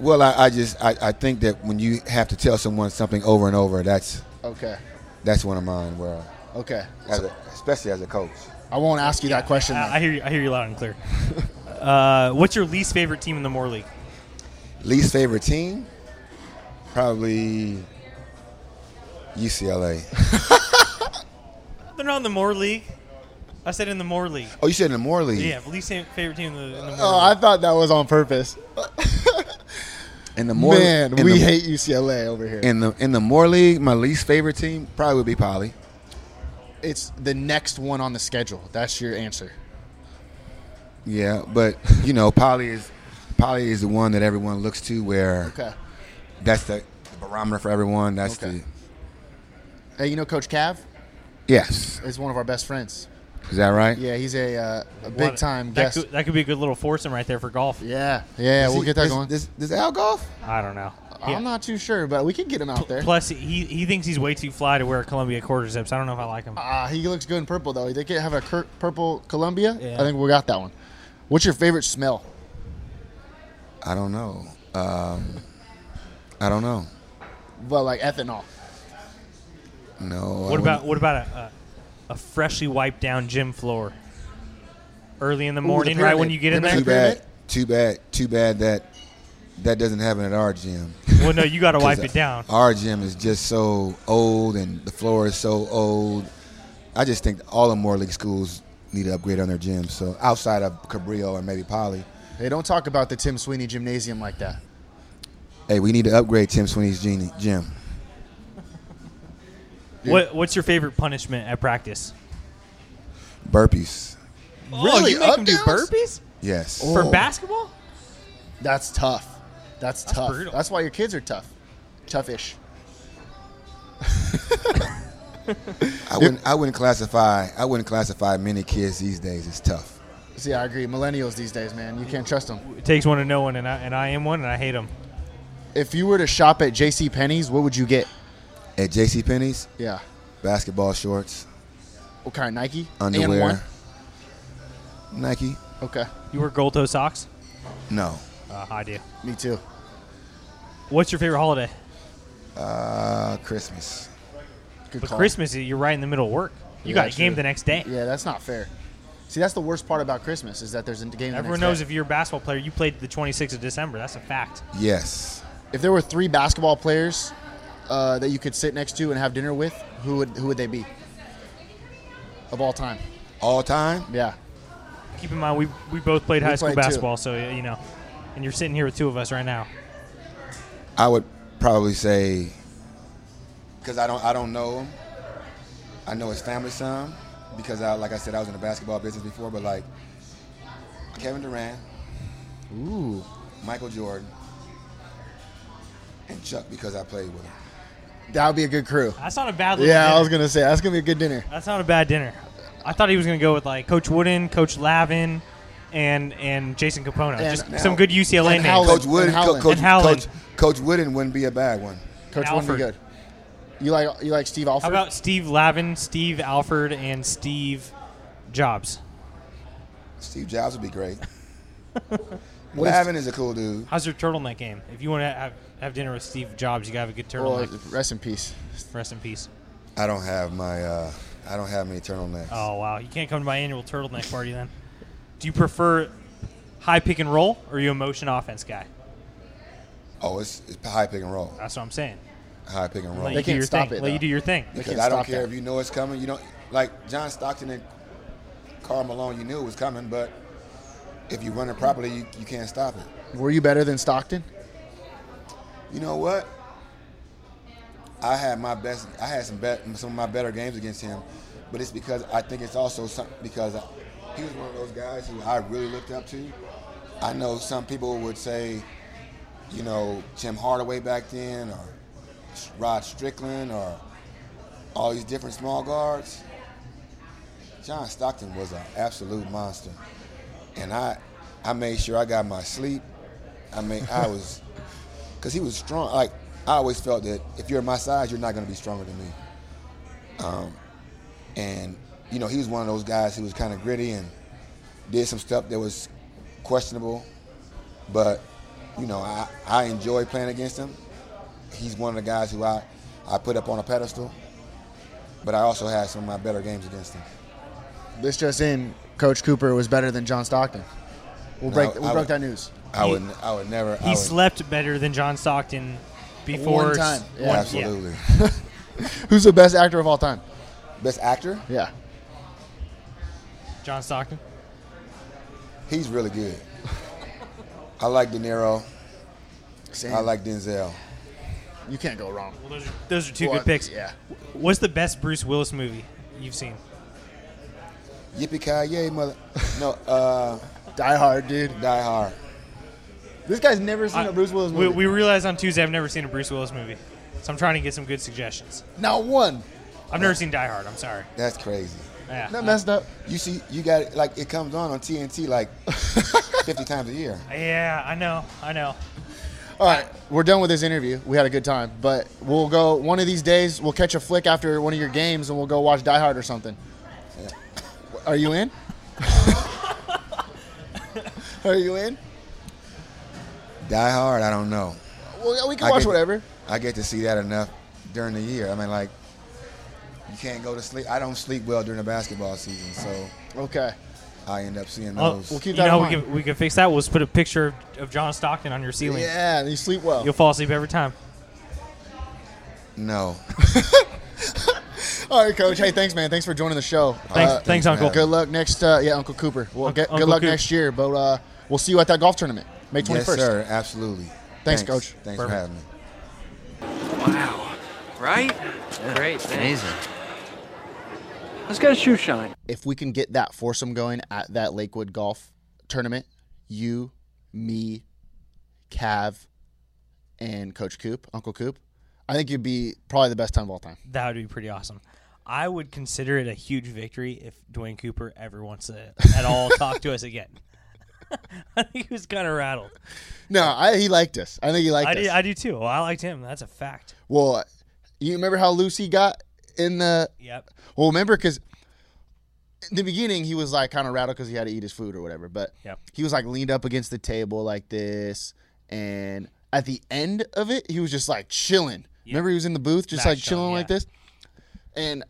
Speaker 6: Well, I, I just I, I think that when you have to tell someone something over and over, that's
Speaker 3: Okay,
Speaker 6: that's one of mine. Where,
Speaker 3: okay.
Speaker 6: as a, especially as a coach,
Speaker 3: I won't ask you that question.
Speaker 4: I,
Speaker 3: then.
Speaker 4: I hear you, I hear you loud and clear. <laughs> uh, what's your least favorite team in the Moore League?
Speaker 6: least favorite team, probably UCLA.
Speaker 4: They're not in the Moore League. I said in the Moore League.
Speaker 6: Oh, you said in the Moore League.
Speaker 4: Yeah, least fa- favorite team in the, in the Moore
Speaker 3: oh, I
Speaker 4: League.
Speaker 3: thought that was on purpose.
Speaker 6: In the Moore.
Speaker 3: Man,
Speaker 6: in
Speaker 3: we
Speaker 6: the,
Speaker 3: hate UCLA over here.
Speaker 6: in the in the Moore League. My least favorite team probably would be Poly.
Speaker 3: it's the next one on the schedule. That's your answer.
Speaker 6: Yeah, but you know, Poly is Poly is the one that everyone looks to. Where
Speaker 3: Okay.
Speaker 6: that's the barometer for everyone. That's
Speaker 3: Okay.
Speaker 6: the
Speaker 3: Hey, you know Coach Cav
Speaker 6: yes.
Speaker 3: is one of our best friends.
Speaker 6: Is that right?
Speaker 3: Yeah, he's a, uh, a
Speaker 4: Well,
Speaker 3: big time
Speaker 4: That
Speaker 3: guest.
Speaker 4: could, that could be a good little foursome right there for golf.
Speaker 3: yeah, yeah, we'll
Speaker 6: See,
Speaker 3: get that
Speaker 6: this-
Speaker 3: going.
Speaker 6: This, this Al golf?
Speaker 4: I don't know. Yeah.
Speaker 3: I'm not too sure, but we can get him out there.
Speaker 4: Plus, he, he thinks he's way too fly to wear Columbia quarter zips. I don't know if I like him.
Speaker 3: Ah, he looks good in purple though. They could have a cur- purple Columbia.
Speaker 4: Yeah.
Speaker 3: I think we got that one. What's your favorite smell?
Speaker 6: I don't know. Um, I don't know.
Speaker 3: Well, like ethanol.
Speaker 6: No. I
Speaker 4: What
Speaker 6: wouldn't-
Speaker 4: about what about a, a, a freshly wiped down gym floor? Early in the
Speaker 3: the
Speaker 4: morning, right when
Speaker 3: pyramid.
Speaker 4: you get in
Speaker 3: The
Speaker 4: there.
Speaker 6: Too
Speaker 3: pyramid.
Speaker 6: bad. Too bad. Too bad that that doesn't happen at our gym.
Speaker 4: Well, no, you got to wipe
Speaker 6: 'Cause
Speaker 4: it down.
Speaker 6: Our gym is just so old, and the floor is so old. I just think all the more league schools need to upgrade on their gyms. So outside of Cabrillo and maybe Poly,
Speaker 3: Hey, don't talk about the Tim Sweeney Gymnasium like that.
Speaker 6: hey, we need to upgrade Tim Sweeney's gene- gym.
Speaker 4: What what's your favorite punishment at practice?
Speaker 6: Burpees.
Speaker 4: Oh, you make
Speaker 3: Up
Speaker 4: him do
Speaker 3: downs?
Speaker 4: burpees
Speaker 6: Yes.
Speaker 4: for
Speaker 3: Oh.
Speaker 4: basketball?
Speaker 3: That's tough. That's, tough.
Speaker 4: brutal.
Speaker 3: That's why your kids are tough. Toughish.
Speaker 6: I wouldn't. I wouldn't classify. I wouldn't classify many kids these days as tough.
Speaker 3: See, I agree. Millennials these days, man, you can't trust them.
Speaker 4: It takes one to know one, and I and I am one, and I hate him.
Speaker 3: If you were to shop at J.C. Penney's, what would you get?
Speaker 6: At J.C. Penney's,
Speaker 3: Yeah.
Speaker 6: basketball shorts,
Speaker 3: What kind of Nike? And one?
Speaker 6: underwear, Nike.
Speaker 3: Okay.
Speaker 4: You wear gold toe socks?
Speaker 6: No,
Speaker 4: Uh, I do.
Speaker 3: Me too.
Speaker 4: What's your favorite holiday?
Speaker 6: uh, Christmas.
Speaker 3: Good
Speaker 4: But
Speaker 3: call.
Speaker 4: Christmas, you're right in the middle of work. You
Speaker 3: Yeah,
Speaker 4: got a
Speaker 3: true.
Speaker 4: game the next day.
Speaker 3: Yeah, that's not fair. See, that's the worst part about Christmas is that there's a game. the next
Speaker 4: Everyone knows
Speaker 3: day.
Speaker 4: if you're a basketball player, you played the 26th of December. That's a fact.
Speaker 6: Yes,
Speaker 3: if there were three basketball players uh, that you could sit next to and have dinner with, who would who would they be? Of all time,
Speaker 6: all time.
Speaker 3: yeah.
Speaker 4: Keep in mind, we, we both played high school
Speaker 3: played too.
Speaker 4: basketball, so y- you know, and you're sitting here with two of us right now.
Speaker 6: I would probably say because I don't. I don't know him. I know his family some because I, like I said, I was in the basketball business before. But like Kevin Durant,
Speaker 3: Ooh,
Speaker 6: Michael Jordan, and Chuck because I played with him.
Speaker 3: that would be a good crew.
Speaker 4: That's not a bad. little
Speaker 3: Yeah,
Speaker 4: dinner.
Speaker 3: I was gonna say that's gonna be a good dinner.
Speaker 4: That's not a bad dinner. I thought he was gonna go with like Coach Wooden, Coach Lavin, and and Jason Capono.
Speaker 3: And- uh,
Speaker 4: Just some good UCLA
Speaker 3: and
Speaker 4: names.
Speaker 3: Howland.
Speaker 6: Coach Wooden,
Speaker 3: And Howland.
Speaker 6: Coach,
Speaker 4: And Howland.
Speaker 6: Coach, Coach Wooden wouldn't be a bad one.
Speaker 3: Coach wouldn't be
Speaker 4: Alford.
Speaker 3: good. You like you like Steve Alford?
Speaker 4: How about Steve Lavin, Steve Alford, and Steve Jobs?
Speaker 6: Steve Jobs would
Speaker 4: <laughs>
Speaker 6: be great.
Speaker 3: What is-
Speaker 6: Lavin is a cool dude.
Speaker 4: How's your turtleneck game? If you want to have, have dinner with Steve Jobs, you gotta have a good
Speaker 3: Well,
Speaker 4: turtleneck.
Speaker 3: rest in peace.
Speaker 4: Rest in peace.
Speaker 6: I don't have my uh, I don't have many turtlenecks.
Speaker 4: Oh wow, you can't come to my annual turtleneck party then. Do you prefer high pick and roll, or are you a motion offense guy?
Speaker 6: Oh, it's, it's high pick and roll.
Speaker 4: That's what I'm saying.
Speaker 6: High pick and
Speaker 4: Let
Speaker 6: roll.
Speaker 4: you do
Speaker 3: can't
Speaker 4: your
Speaker 3: stop
Speaker 4: thing.
Speaker 3: it,
Speaker 4: Let you
Speaker 3: though.
Speaker 4: do your thing.
Speaker 6: Because
Speaker 3: can't
Speaker 6: I don't
Speaker 3: stop
Speaker 6: care
Speaker 3: that.
Speaker 6: if you know it's coming. You don't like John Stockton and Carl Malone. You knew it was coming, but if you run it properly, you, you can't stop it.
Speaker 3: Were you better than Stockton?
Speaker 6: You know what? I had my best. I had some bet, some of my better games against him, but it's because I think it's also some, because I, he was one of those guys who I really looked up to. I know some people would say, you know, Jim Hardaway back then, or Rod Strickland, or all these different small guards. John Stockton was an absolute monster, and I, I made sure I got my sleep. I mean, I was. because he was strong. Like I always felt that if you're my size, you're not going to be stronger than me. Um, and you know, he was one of those guys who was kind of gritty and did some stuff that was questionable. But you know, I I enjoy playing against him. He's one of the guys who I I put up on a pedestal. But I also had some of my better games against him.
Speaker 3: This just in: Coach Cooper was better than John Stockton. We'll
Speaker 6: No,
Speaker 3: break.
Speaker 6: I
Speaker 3: we broke
Speaker 6: would-
Speaker 3: that news.
Speaker 6: I
Speaker 4: He-
Speaker 6: would I would never. I
Speaker 4: He
Speaker 6: would-
Speaker 4: slept better than John Stockton before.
Speaker 3: One time. Yeah.
Speaker 4: yeah.
Speaker 6: Absolutely.
Speaker 3: Who's the best actor of all time?
Speaker 6: Best actor?
Speaker 3: Yeah.
Speaker 4: John Stockton.
Speaker 6: He's really good. I like De Niro.
Speaker 3: Same.
Speaker 6: I like Denzel.
Speaker 3: You can't go wrong.
Speaker 4: Well, those are, those are two
Speaker 3: Well,
Speaker 4: good picks.
Speaker 3: Yeah.
Speaker 4: What's the best Bruce Willis movie you've seen?
Speaker 6: Yippee ki yay, mother! No, uh,
Speaker 3: Die Hard, dude.
Speaker 6: Die Hard.
Speaker 3: This guy's never seen a
Speaker 4: I-
Speaker 3: Bruce Willis
Speaker 4: we,
Speaker 3: movie.
Speaker 4: we realized on Tuesday I've never seen a Bruce Willis movie, so I'm trying to get some good suggestions.
Speaker 3: Not one.
Speaker 4: I've never seen Die Hard. I'm sorry.
Speaker 6: That's crazy.
Speaker 4: Yeah.
Speaker 3: That messed up.
Speaker 6: You see, you got it, like it comes on on TNT like fifty times a year.
Speaker 4: yeah, I know. I know.
Speaker 3: All right, we're done with this interview. We had a good time, but we'll go one of these days. We'll catch a flick after one of your games, and we'll go watch Die Hard or something. Are you
Speaker 6: <laughs>
Speaker 3: in? Are you in?
Speaker 6: Die Hard, I don't know.
Speaker 3: Well, yeah, we can
Speaker 6: I
Speaker 3: watch
Speaker 6: get-
Speaker 3: whatever.
Speaker 6: I get to see that enough during the year. I mean, like you can't go to sleep. I don't sleep well during the basketball season, so
Speaker 3: Okay.
Speaker 6: I end up seeing
Speaker 4: Oh,
Speaker 6: those.
Speaker 3: We'll keep
Speaker 4: you
Speaker 3: that
Speaker 4: know,
Speaker 3: in
Speaker 4: we
Speaker 3: mind.
Speaker 4: can we can fix that. We'll just put a picture of, of John Stockton on your ceiling.
Speaker 3: Yeah, you sleep well.
Speaker 4: You'll fall asleep every time.
Speaker 6: no,
Speaker 3: All right, Coach. Hey, thanks, man. Thanks for joining the show.
Speaker 4: Thanks,
Speaker 3: Uh,
Speaker 4: thanks,
Speaker 6: man.
Speaker 4: Uncle.
Speaker 3: Good luck next. Uh, yeah, Uncle Cooper. Well,
Speaker 4: Unc-
Speaker 3: get, good
Speaker 4: Uncle
Speaker 3: luck
Speaker 4: Coop.
Speaker 3: next year, but uh, we'll see you at that golf tournament, May twenty
Speaker 6: yes,
Speaker 3: first.
Speaker 6: sir, absolutely.
Speaker 3: Thanks, Coach.
Speaker 6: Thanks
Speaker 4: Perfect.
Speaker 6: for having me.
Speaker 7: Wow. Right? Great. Amazing. Let's get a shoe shine.
Speaker 3: if we can get that foursome going at that Lakewood golf tournament, you, me, Cav, and Coach Coop, Uncle Coop, I think you'd be probably the best time of all time.
Speaker 4: That would be pretty awesome. I would consider it a huge victory if Dwayne Cooper ever
Speaker 3: <laughs>
Speaker 4: wants to at all talk to us again. <laughs> I think he was kind of rattled.
Speaker 3: No, I, he liked us. I think he liked
Speaker 4: I
Speaker 3: us.
Speaker 4: do, I do too. Well, I liked him. That's a fact.
Speaker 3: well, you remember how Lucy got in the?
Speaker 4: Yep.
Speaker 3: Well, remember because in the beginning he was like kind of rattled because he had to eat his food or whatever, but
Speaker 4: Yep.
Speaker 3: he was like leaned up against the table like this, and at the end of it he was just like chilling. Remember he was in the booth just
Speaker 4: Back
Speaker 3: like chilling
Speaker 4: chilling,
Speaker 3: like
Speaker 4: yeah.
Speaker 3: this, and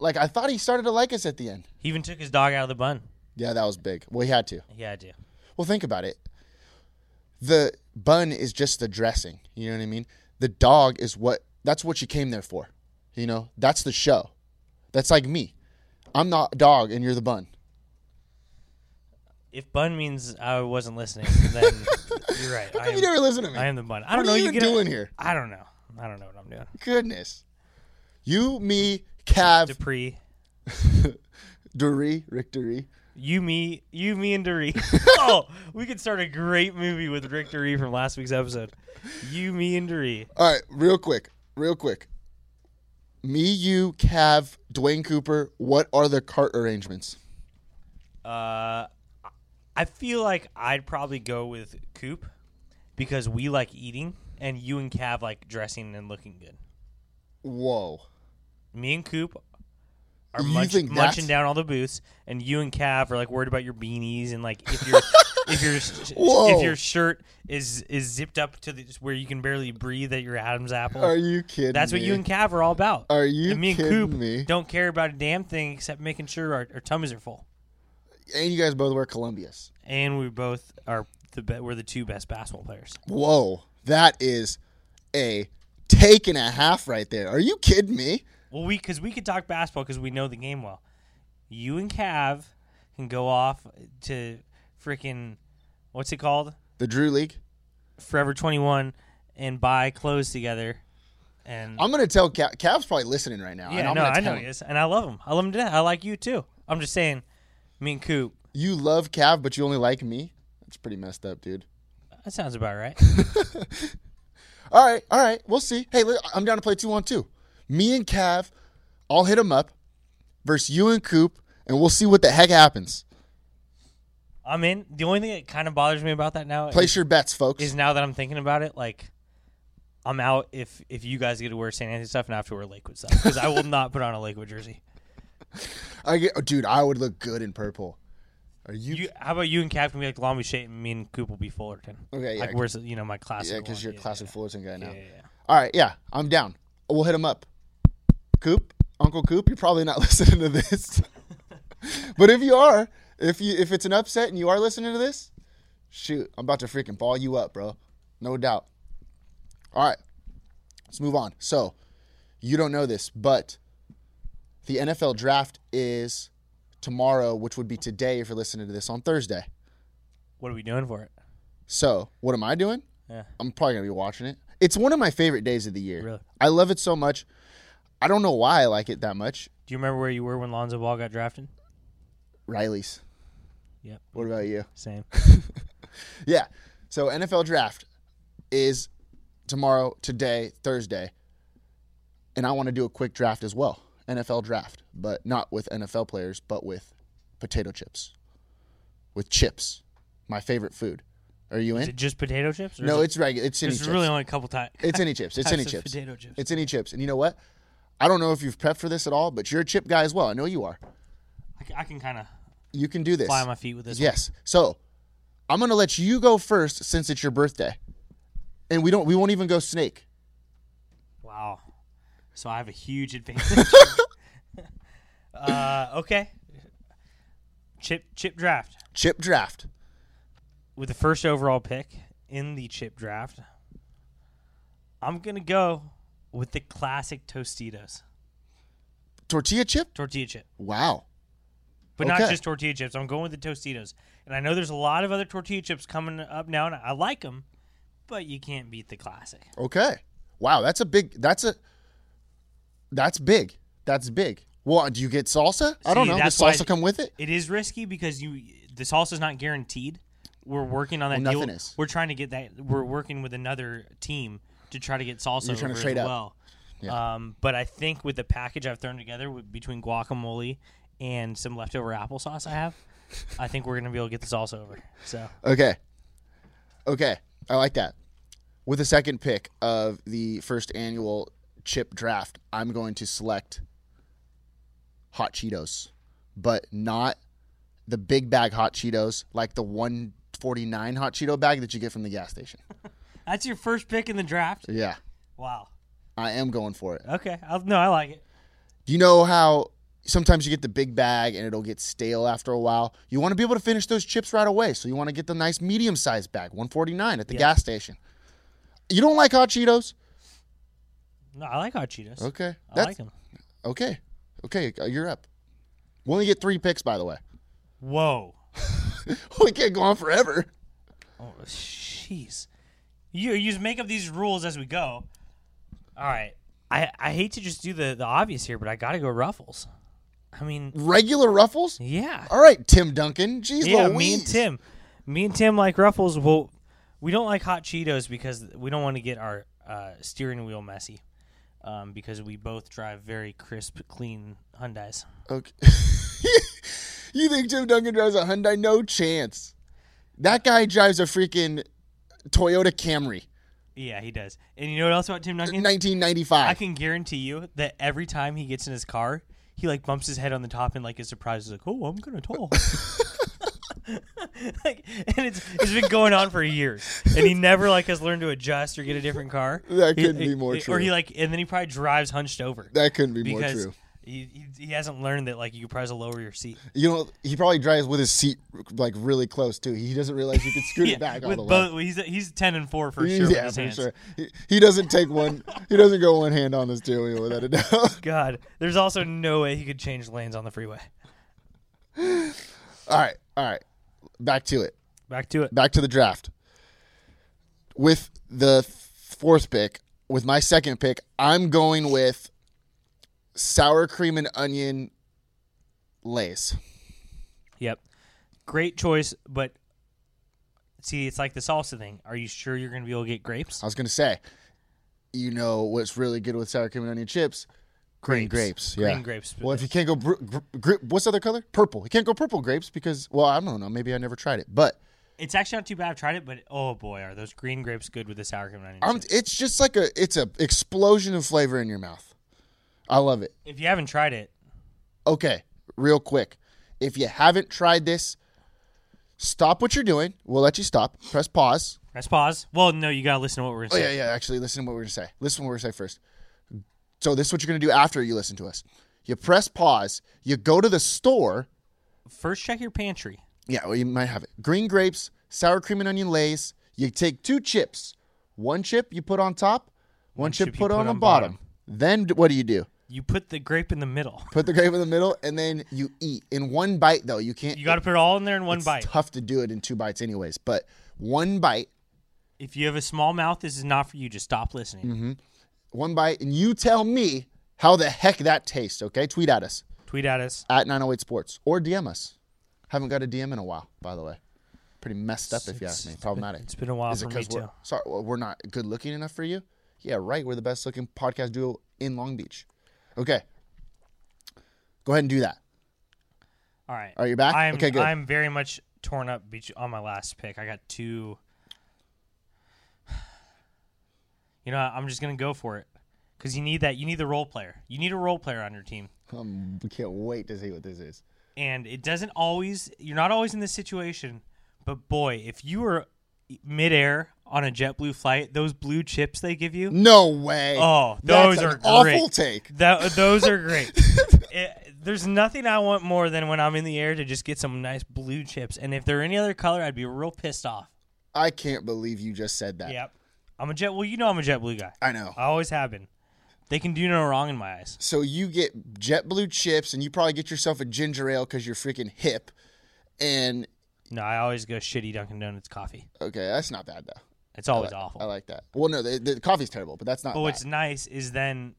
Speaker 3: like I thought he started to like us at the end.
Speaker 4: He even took his dog out of the bun.
Speaker 3: Yeah, that was big. Well, he had to.
Speaker 4: Yeah, I do.
Speaker 3: Well, think about it. The bun is just the dressing. You know what I mean? The dog is what that's what you came there for. You know, that's the show. That's like me. I'm the dog and you're the bun.
Speaker 4: If bun means I wasn't listening,
Speaker 3: <laughs>
Speaker 4: then you're right. I
Speaker 3: How come <laughs>
Speaker 4: am,
Speaker 3: you never listen to me?
Speaker 4: I am the bun. I don't
Speaker 3: What
Speaker 4: know.
Speaker 3: are you
Speaker 4: you
Speaker 3: even
Speaker 4: get a-
Speaker 3: doing here?
Speaker 4: I don't know. I don't know what I'm doing.
Speaker 3: Goodness. You, me, Cav,
Speaker 4: Dupree,
Speaker 3: Dury, Rick Dury.
Speaker 4: you, me, you, me,
Speaker 3: <laughs>
Speaker 4: and Dupree. oh, we could start a great movie with Rick Dupree from last week's episode. You, me, and Dupree.
Speaker 3: All right, real quick, real quick. Me, you, Cav, Dwayne Cooper, what are the cart arrangements?
Speaker 4: Uh, I feel like I'd probably go with Coop because we like eating, and you and Cav like dressing and looking good.
Speaker 3: Whoa.
Speaker 4: Me and Coop are
Speaker 3: You
Speaker 4: munch,
Speaker 3: think that's-
Speaker 4: munching down all the booths, and you and Cav are like worried about your beanies and like
Speaker 3: <laughs>
Speaker 4: if your if your
Speaker 3: Whoa.
Speaker 4: if your shirt is is zipped up to the, where you can barely breathe at your Adam's apple.
Speaker 3: Are you kidding?
Speaker 4: That's what
Speaker 3: me?
Speaker 4: you and Cav are all about.
Speaker 3: Are you
Speaker 4: and me and
Speaker 3: kidding
Speaker 4: Coop
Speaker 3: me?
Speaker 4: don't care about a damn thing except making sure our, our tummies are full.
Speaker 3: and you guys both wear Columbias.
Speaker 4: And we both are the be- we're the two best basketball players.
Speaker 3: Whoa, that is a take and a half right there. Are you kidding me?
Speaker 4: Well, we because we could talk basketball because we know the game well. You and Cav can go off to freaking what's it called
Speaker 3: The Drew League.
Speaker 4: Forever Twenty One and buy clothes together. And
Speaker 3: I'm gonna tell Cav, Cav's probably listening right now. and
Speaker 4: yeah,
Speaker 3: I'm
Speaker 4: no,
Speaker 3: gonna
Speaker 4: I
Speaker 3: tell
Speaker 4: know
Speaker 3: him.
Speaker 4: he is, and I love him. I love him to death. I like you too. I'm just saying, me and Coop.
Speaker 3: You love Cav, but you only like me. That's pretty messed up, dude.
Speaker 4: That sounds about right.
Speaker 3: All right, all right, we'll see. Hey, li- I'm down to play two on two. Me and Cav, I'll hit him up versus you and Coop, and we'll see what the heck happens.
Speaker 4: I'm in. The only thing that kind of bothers me about that now is,
Speaker 3: Place your bets, folks.
Speaker 4: is now that I'm thinking about it, like I'm out if if you guys get to wear San Antonio stuff and I have to wear Lakewood stuff because I will not put on a Lakewood jersey.
Speaker 3: I get, oh, dude, I would look good in purple. Are <laughs> you?
Speaker 4: You, how about you and Cap can be like Long Beach State and me and Coop will be Fullerton.
Speaker 3: Okay, yeah,
Speaker 4: Like where's you know my classic?
Speaker 3: yeah, because
Speaker 4: one.
Speaker 3: you're a classic Fullerton guy now.
Speaker 4: yeah, yeah.
Speaker 3: All right, yeah, I'm down. We'll hit him up. Coop, Uncle Coop, you're probably not <laughs> listening to this, <laughs> but if you are, if you if it's an upset and you are listening to this, shoot, I'm about to freaking ball you up, bro. No doubt. All right, let's move on. So, you don't know this, but the NFL draft is tomorrow, which would be today if you're listening to this on Thursday.
Speaker 4: What are we doing for it?
Speaker 3: So, what am I doing?
Speaker 4: Yeah.
Speaker 3: I'm probably gonna be watching it. It's one of my favorite days of the year.
Speaker 4: Really?
Speaker 3: I love it so much. I don't know why I like it that much.
Speaker 4: Do you remember where you were when Lonzo Ball got drafted?
Speaker 3: Riley's.
Speaker 4: Yep.
Speaker 3: What about you?
Speaker 4: Same.
Speaker 3: Yeah. So NFL draft is tomorrow, today, Thursday, and I want to do a quick draft as well. NFL draft, but not with NFL players, but with potato chips, with chips, my favorite food. Are you
Speaker 4: Is it
Speaker 3: in?
Speaker 4: just potato chips? Or
Speaker 3: No,
Speaker 4: is
Speaker 3: it's regular. It's
Speaker 4: it,
Speaker 3: any
Speaker 4: it's
Speaker 3: chips.
Speaker 4: really only a couple times.
Speaker 3: It's any chips. It's any
Speaker 4: <laughs> Types of
Speaker 3: chips.
Speaker 4: potato chips.
Speaker 3: It's any chips. And you know what? I don't know if you've prepped for this at all, but you're a chip guy as well. I know you are.
Speaker 4: I, c- I can kind of
Speaker 3: You can do this.
Speaker 4: fly on my feet with this.
Speaker 3: Yes. So I'm gonna let you go first since it's your birthday, and we don't. We won't even go snake.
Speaker 4: One. Wow. So I have a huge advantage. <laughs> uh, okay. Chip chip draft.
Speaker 3: Chip draft.
Speaker 4: with the first overall pick in the chip draft, I'm gonna go with the classic Tostitos
Speaker 3: Tortilla chip.
Speaker 4: tortilla chip,
Speaker 3: Wow.
Speaker 4: but
Speaker 3: Okay.
Speaker 4: not just tortilla chips. I'm going with the Tostitos, and I know there's a lot of other tortilla chips coming up now, and I like them, but you can't beat the classic.
Speaker 3: Okay. Wow. That's a big. That's a. That's big. That's big. Well, do you get salsa? I don't
Speaker 4: See,
Speaker 3: know. Does
Speaker 4: that's why-
Speaker 3: salsa come with it?
Speaker 4: It is risky because you the salsa is not guaranteed. We're working on that
Speaker 3: Well,
Speaker 4: deal.
Speaker 3: nothing is.
Speaker 4: We're trying to get that. We're working with another team to try to get salsa
Speaker 3: You're trying to
Speaker 4: over
Speaker 3: trade
Speaker 4: as
Speaker 3: up.
Speaker 4: well. Um, but I think with the package I've thrown together with, between guacamole and some leftover applesauce I have, I think we're gonna be able to get the salsa over. So
Speaker 3: Okay. Okay. I like that. With the second pick of the first annual chip draft, I'm going to select hot Cheetos, but not the big bag hot Cheetos, like the 149 hot Cheeto bag that you get from the gas station.
Speaker 4: that's your first pick in the draft.
Speaker 3: Yeah.
Speaker 4: Wow.
Speaker 3: I am going for it.
Speaker 4: Okay. I'll, no, I like it.
Speaker 3: You know how sometimes you get the big bag and it'll get stale after a while? You want to be able to finish those chips right away. So you want to get the nice medium sized bag, 149 at the gas station. You don't like hot Cheetos?
Speaker 4: No, I like hot Cheetos.
Speaker 3: Okay.
Speaker 4: I
Speaker 3: That's
Speaker 4: like them.
Speaker 3: okay. Okay, uh, you're up. We only get three picks, by the way. <laughs>
Speaker 4: Whoa.
Speaker 3: We can't go on forever.
Speaker 4: Oh, jeez. You you just make up these rules as we go. All right. I, I hate to just do the, the obvious here, but I got to go Ruffles. I mean,
Speaker 3: Regular ruffles?
Speaker 4: yeah.
Speaker 3: All right, Tim Duncan. Jeez
Speaker 4: yeah,
Speaker 3: Louise.
Speaker 4: me and Tim. Me and Tim like Ruffles. Well, we don't like hot Cheetos because we don't want to get our uh, steering wheel messy um, because we both drive very crisp, clean Hyundais.
Speaker 3: <laughs> Okay. you think Tim Duncan drives a Hyundai? No chance. That guy drives a freaking Toyota Camry,
Speaker 4: Yeah, he does. And you know what else about Tim Duncan?
Speaker 3: 1995.
Speaker 4: I can guarantee you that every time he gets in his car, he like bumps his head on the top and like is surprised, he's like, "Oh, I'm gonna talk." <laughs> like, and it's it's been going on for years, and he never like has learned to adjust or get a different car.
Speaker 3: That
Speaker 4: He-
Speaker 3: couldn't be more
Speaker 4: Or he
Speaker 3: true.
Speaker 4: like, and then he probably drives hunched over.
Speaker 3: that couldn't be more
Speaker 4: because
Speaker 3: true.
Speaker 4: He, he, he hasn't learned that like you press a lower your seat
Speaker 3: You know, he probably drives with his seat like really close too. He doesn't realize
Speaker 4: <laughs>
Speaker 3: you can scoot it back all
Speaker 4: with
Speaker 3: the way.
Speaker 4: both. He's he's ten and four for sure. with
Speaker 3: yeah,
Speaker 4: his
Speaker 3: for
Speaker 4: hands.
Speaker 3: sure. He, he doesn't take one. He doesn't go one hand on the steering wheel without a doubt. <laughs>
Speaker 4: God, there's also no way he could change lanes on the freeway.
Speaker 3: all right, all right. Back to it.
Speaker 4: Back to it.
Speaker 3: Back to the draft. With the fourth pick, with my second pick, I'm going with sour cream and onion lays.
Speaker 4: Yep. Great choice, but see, it's like the salsa thing. Are you sure you're going to be able to get grapes?
Speaker 3: I was gonna say, you know what's really good with sour cream and onion chips? Green grapes. Yeah.
Speaker 4: Green grapes.
Speaker 3: Well, if you can't go, br- gr- gr- what's the other color? Purple. You can't go purple grapes because, well, I don't know. Maybe I never tried it, but
Speaker 4: It's actually not too bad. I've tried it, but oh boy, are those green grapes good with the sour cream and onion?
Speaker 3: I'm,
Speaker 4: chips.
Speaker 3: it's just like a, it's a explosion of flavor in your mouth. I love it.
Speaker 4: if you haven't tried it,
Speaker 3: Okay, real quick, if you haven't tried this, stop what you're doing. We'll let you stop. Press pause.
Speaker 4: press pause. Well, no, you got to listen to what we're
Speaker 3: Oh
Speaker 4: saying.
Speaker 3: yeah, yeah. Actually, listen to what we're gonna say. Listen to what we're gonna say first. So this is what you're gonna do after you listen to us. You press pause. You go to the store.
Speaker 4: First, check your pantry.
Speaker 3: Yeah, well, you might have it. Green grapes, sour cream and onion lays. You take two chips. One chip you put on top. One, chip,
Speaker 4: chip you
Speaker 3: put,
Speaker 4: put
Speaker 3: on the
Speaker 4: on
Speaker 3: bottom.
Speaker 4: bottom.
Speaker 3: Then d- what do you do?
Speaker 4: You put the grape in the middle.
Speaker 3: Put the grape in the middle, and then you eat in one bite. Though you can't.
Speaker 4: You got to put it all in there in one
Speaker 3: it's
Speaker 4: bite.
Speaker 3: Tough to do it in two bites, anyways. But one bite,
Speaker 4: If you have a small mouth, this is not for you. Just stop listening.
Speaker 3: Mm-hmm. one bite, and you tell me how the heck that tastes. Okay, tweet at us
Speaker 4: Tweet at us.
Speaker 3: at 908 Sports or DM us. Haven't got a DM in a while, by the way. Pretty messed up, if you ask me. Problematic.
Speaker 4: It's been a while
Speaker 3: Is
Speaker 4: for
Speaker 3: it
Speaker 4: me
Speaker 3: because we're
Speaker 4: too.
Speaker 3: sorry well, we're not good looking enough for you? Yeah, right. We're the best looking podcast duo in Long Beach. Okay, go ahead and do that.
Speaker 4: All right.
Speaker 3: Are you back?
Speaker 4: I'm,
Speaker 3: Okay, good.
Speaker 4: I'm very much torn up beach on my last pick. I got two. <sighs> You know, I'm just gonna go for it because you need that. You need the role player. You need a role player on your team,
Speaker 3: Um, we can't wait to see what this is.
Speaker 4: and it doesn't always. You're not always in this situation, but boy, if you were midair on a JetBlue flight, those blue chips they give you.
Speaker 3: No way.
Speaker 4: Oh,
Speaker 3: That's
Speaker 4: those
Speaker 3: an
Speaker 4: are great.
Speaker 3: awful take.
Speaker 4: Tho- those are
Speaker 3: <laughs>
Speaker 4: great. It- there's nothing I want more than when I'm in the air to just get some nice blue chips. And if they're any other color, I'd be real pissed off.
Speaker 3: I can't believe you just said that.
Speaker 4: Yep. Uh, I'm a jet. Well, you know I'm a jet blue guy.
Speaker 3: I know.
Speaker 4: I always have been. They can do no wrong in my eyes.
Speaker 3: So you get JetBlue chips, and you probably get yourself a ginger ale because you're freaking hip. And
Speaker 4: No, I always go shitty Dunkin' Donuts coffee.
Speaker 3: okay, that's not bad though.
Speaker 4: It's always awful.
Speaker 3: I like that. Well, no, the, the coffee's terrible, but that's not.
Speaker 4: but
Speaker 3: bad.
Speaker 4: what's nice is then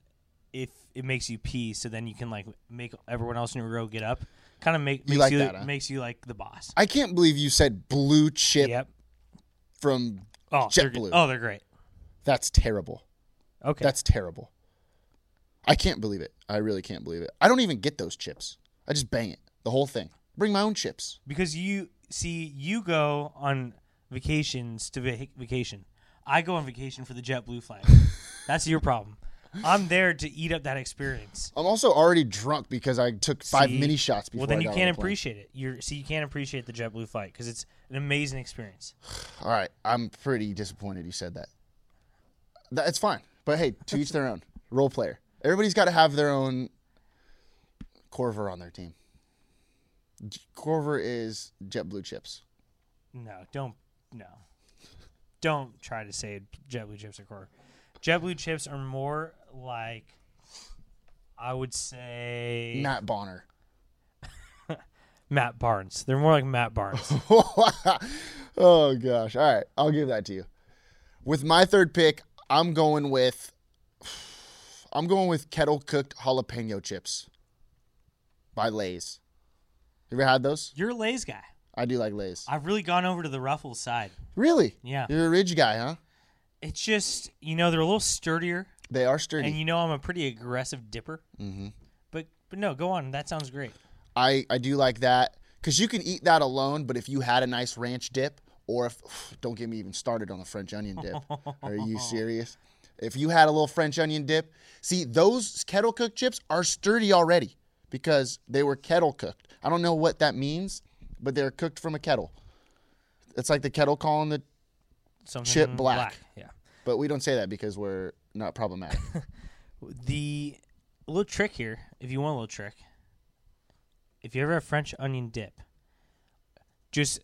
Speaker 4: if it makes you pee, so then you can like make everyone else in your row get up. Kind of make
Speaker 3: You
Speaker 4: makes
Speaker 3: like
Speaker 4: you
Speaker 3: that, huh?
Speaker 4: makes you like the boss.
Speaker 3: I can't believe you said blue chip
Speaker 4: Yep.
Speaker 3: from.
Speaker 4: Oh, they're good.
Speaker 3: JetBlue.
Speaker 4: Oh, they're great.
Speaker 3: That's terrible.
Speaker 4: Okay.
Speaker 3: That's terrible. I can't believe it. I really can't believe it. I don't even get those chips. I just bang it. The whole thing. Bring my own chips.
Speaker 4: because you see you go on vacations to vac vacation i go on vacation for the
Speaker 3: <laughs>
Speaker 4: jetblue flight that's your problem i'm there to eat up that experience
Speaker 3: I'm also already drunk because I took five
Speaker 4: See?
Speaker 3: mini shots before.
Speaker 4: well then
Speaker 3: I
Speaker 4: you
Speaker 3: got on
Speaker 4: can't
Speaker 3: the plane.
Speaker 4: appreciate it you're see you can't appreciate the jetblue flight because it's an amazing experience
Speaker 3: All right, I'm pretty disappointed you said that. That it's fine, but hey, to each their own. Role player. Everybody's got to have their own Corver on their team. J- Corver is JetBlue chips.
Speaker 4: no don't no don't try to say jetblue chips are core jetblue chips are more like i would say
Speaker 3: Not Bonner. <laughs>
Speaker 4: matt barnes they're more like
Speaker 3: <laughs>
Speaker 4: matt barnes
Speaker 3: oh gosh. All right, I'll give that to you. With my third pick, I'm going with I'm going with kettle cooked jalapeno chips by Lay's. You ever had those?
Speaker 4: you're a lays guy
Speaker 3: I do like Lay's.
Speaker 4: I've really gone over to the Ruffles side.
Speaker 3: Really?
Speaker 4: Yeah.
Speaker 3: You're a ridge guy, huh?
Speaker 4: It's just, you know, they're a little sturdier,
Speaker 3: They are sturdy.
Speaker 4: and you know, I'm a pretty aggressive dipper. Mm-hmm. But but no, go on. That sounds great.
Speaker 3: I I do like that because you can eat that alone, but if you had a nice ranch dip Or if don't get me even started on the French onion
Speaker 4: <laughs>
Speaker 3: dip. Are you serious? If you had a little French onion dip, see those kettle cooked chips are sturdy already because they were kettle cooked. I don't know what that means, but they're cooked from a kettle. It's like the kettle calling the
Speaker 4: Something
Speaker 3: Chip black.
Speaker 4: Yeah.
Speaker 3: but we don't say that because we're not
Speaker 4: <laughs>
Speaker 3: problematic.
Speaker 4: The little trick here, if you want a little trick, if you ever have French onion dip, just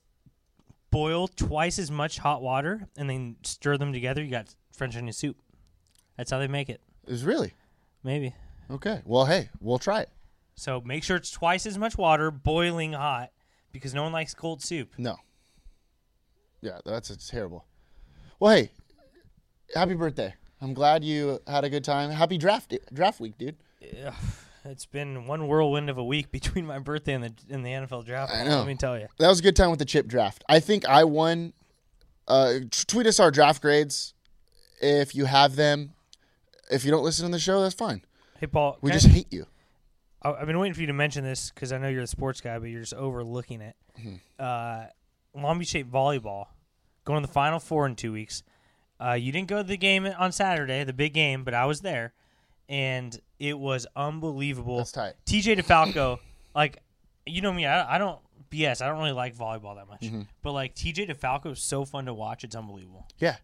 Speaker 4: boil twice as much hot water and then stir them together. You got French onion soup. That's how they make it.
Speaker 3: It's really
Speaker 4: Maybe.
Speaker 3: okay. Well, hey, we'll try it.
Speaker 4: So make sure it's twice as much water, boiling hot, because no one likes cold soup.
Speaker 3: No. Yeah, that's it's terrible. Well, hey, happy birthday! I'm glad you had a good time. Happy draft draft week, dude.
Speaker 4: It's been one whirlwind of a week <laughs> between my birthday and the and the NFL draft.
Speaker 3: I know.
Speaker 4: Let me tell you.
Speaker 3: That was a good time with the chip draft. I think I won. Uh, t- tweet us our draft grades if you have them. If you don't listen to the show, that's fine.
Speaker 4: Hey Paul,
Speaker 3: We
Speaker 4: can I-
Speaker 3: just hate you.
Speaker 4: I- I've been waiting for you to mention this because I know you're the sports guy, but you're just overlooking it.
Speaker 3: Mm-hmm.
Speaker 4: Uh, Long Beach State volleyball going to the Final Four in two weeks. Uh, you didn't go to the game on Saturday, the big game, but I was there, and it was unbelievable.
Speaker 3: That's tight.
Speaker 4: TJ DeFalco, <coughs> like you know me, I, I don't BS. I don't really like volleyball that much,
Speaker 3: Mm-hmm.
Speaker 4: but like TJ DeFalco is so fun to watch. It's unbelievable.
Speaker 3: Yeah,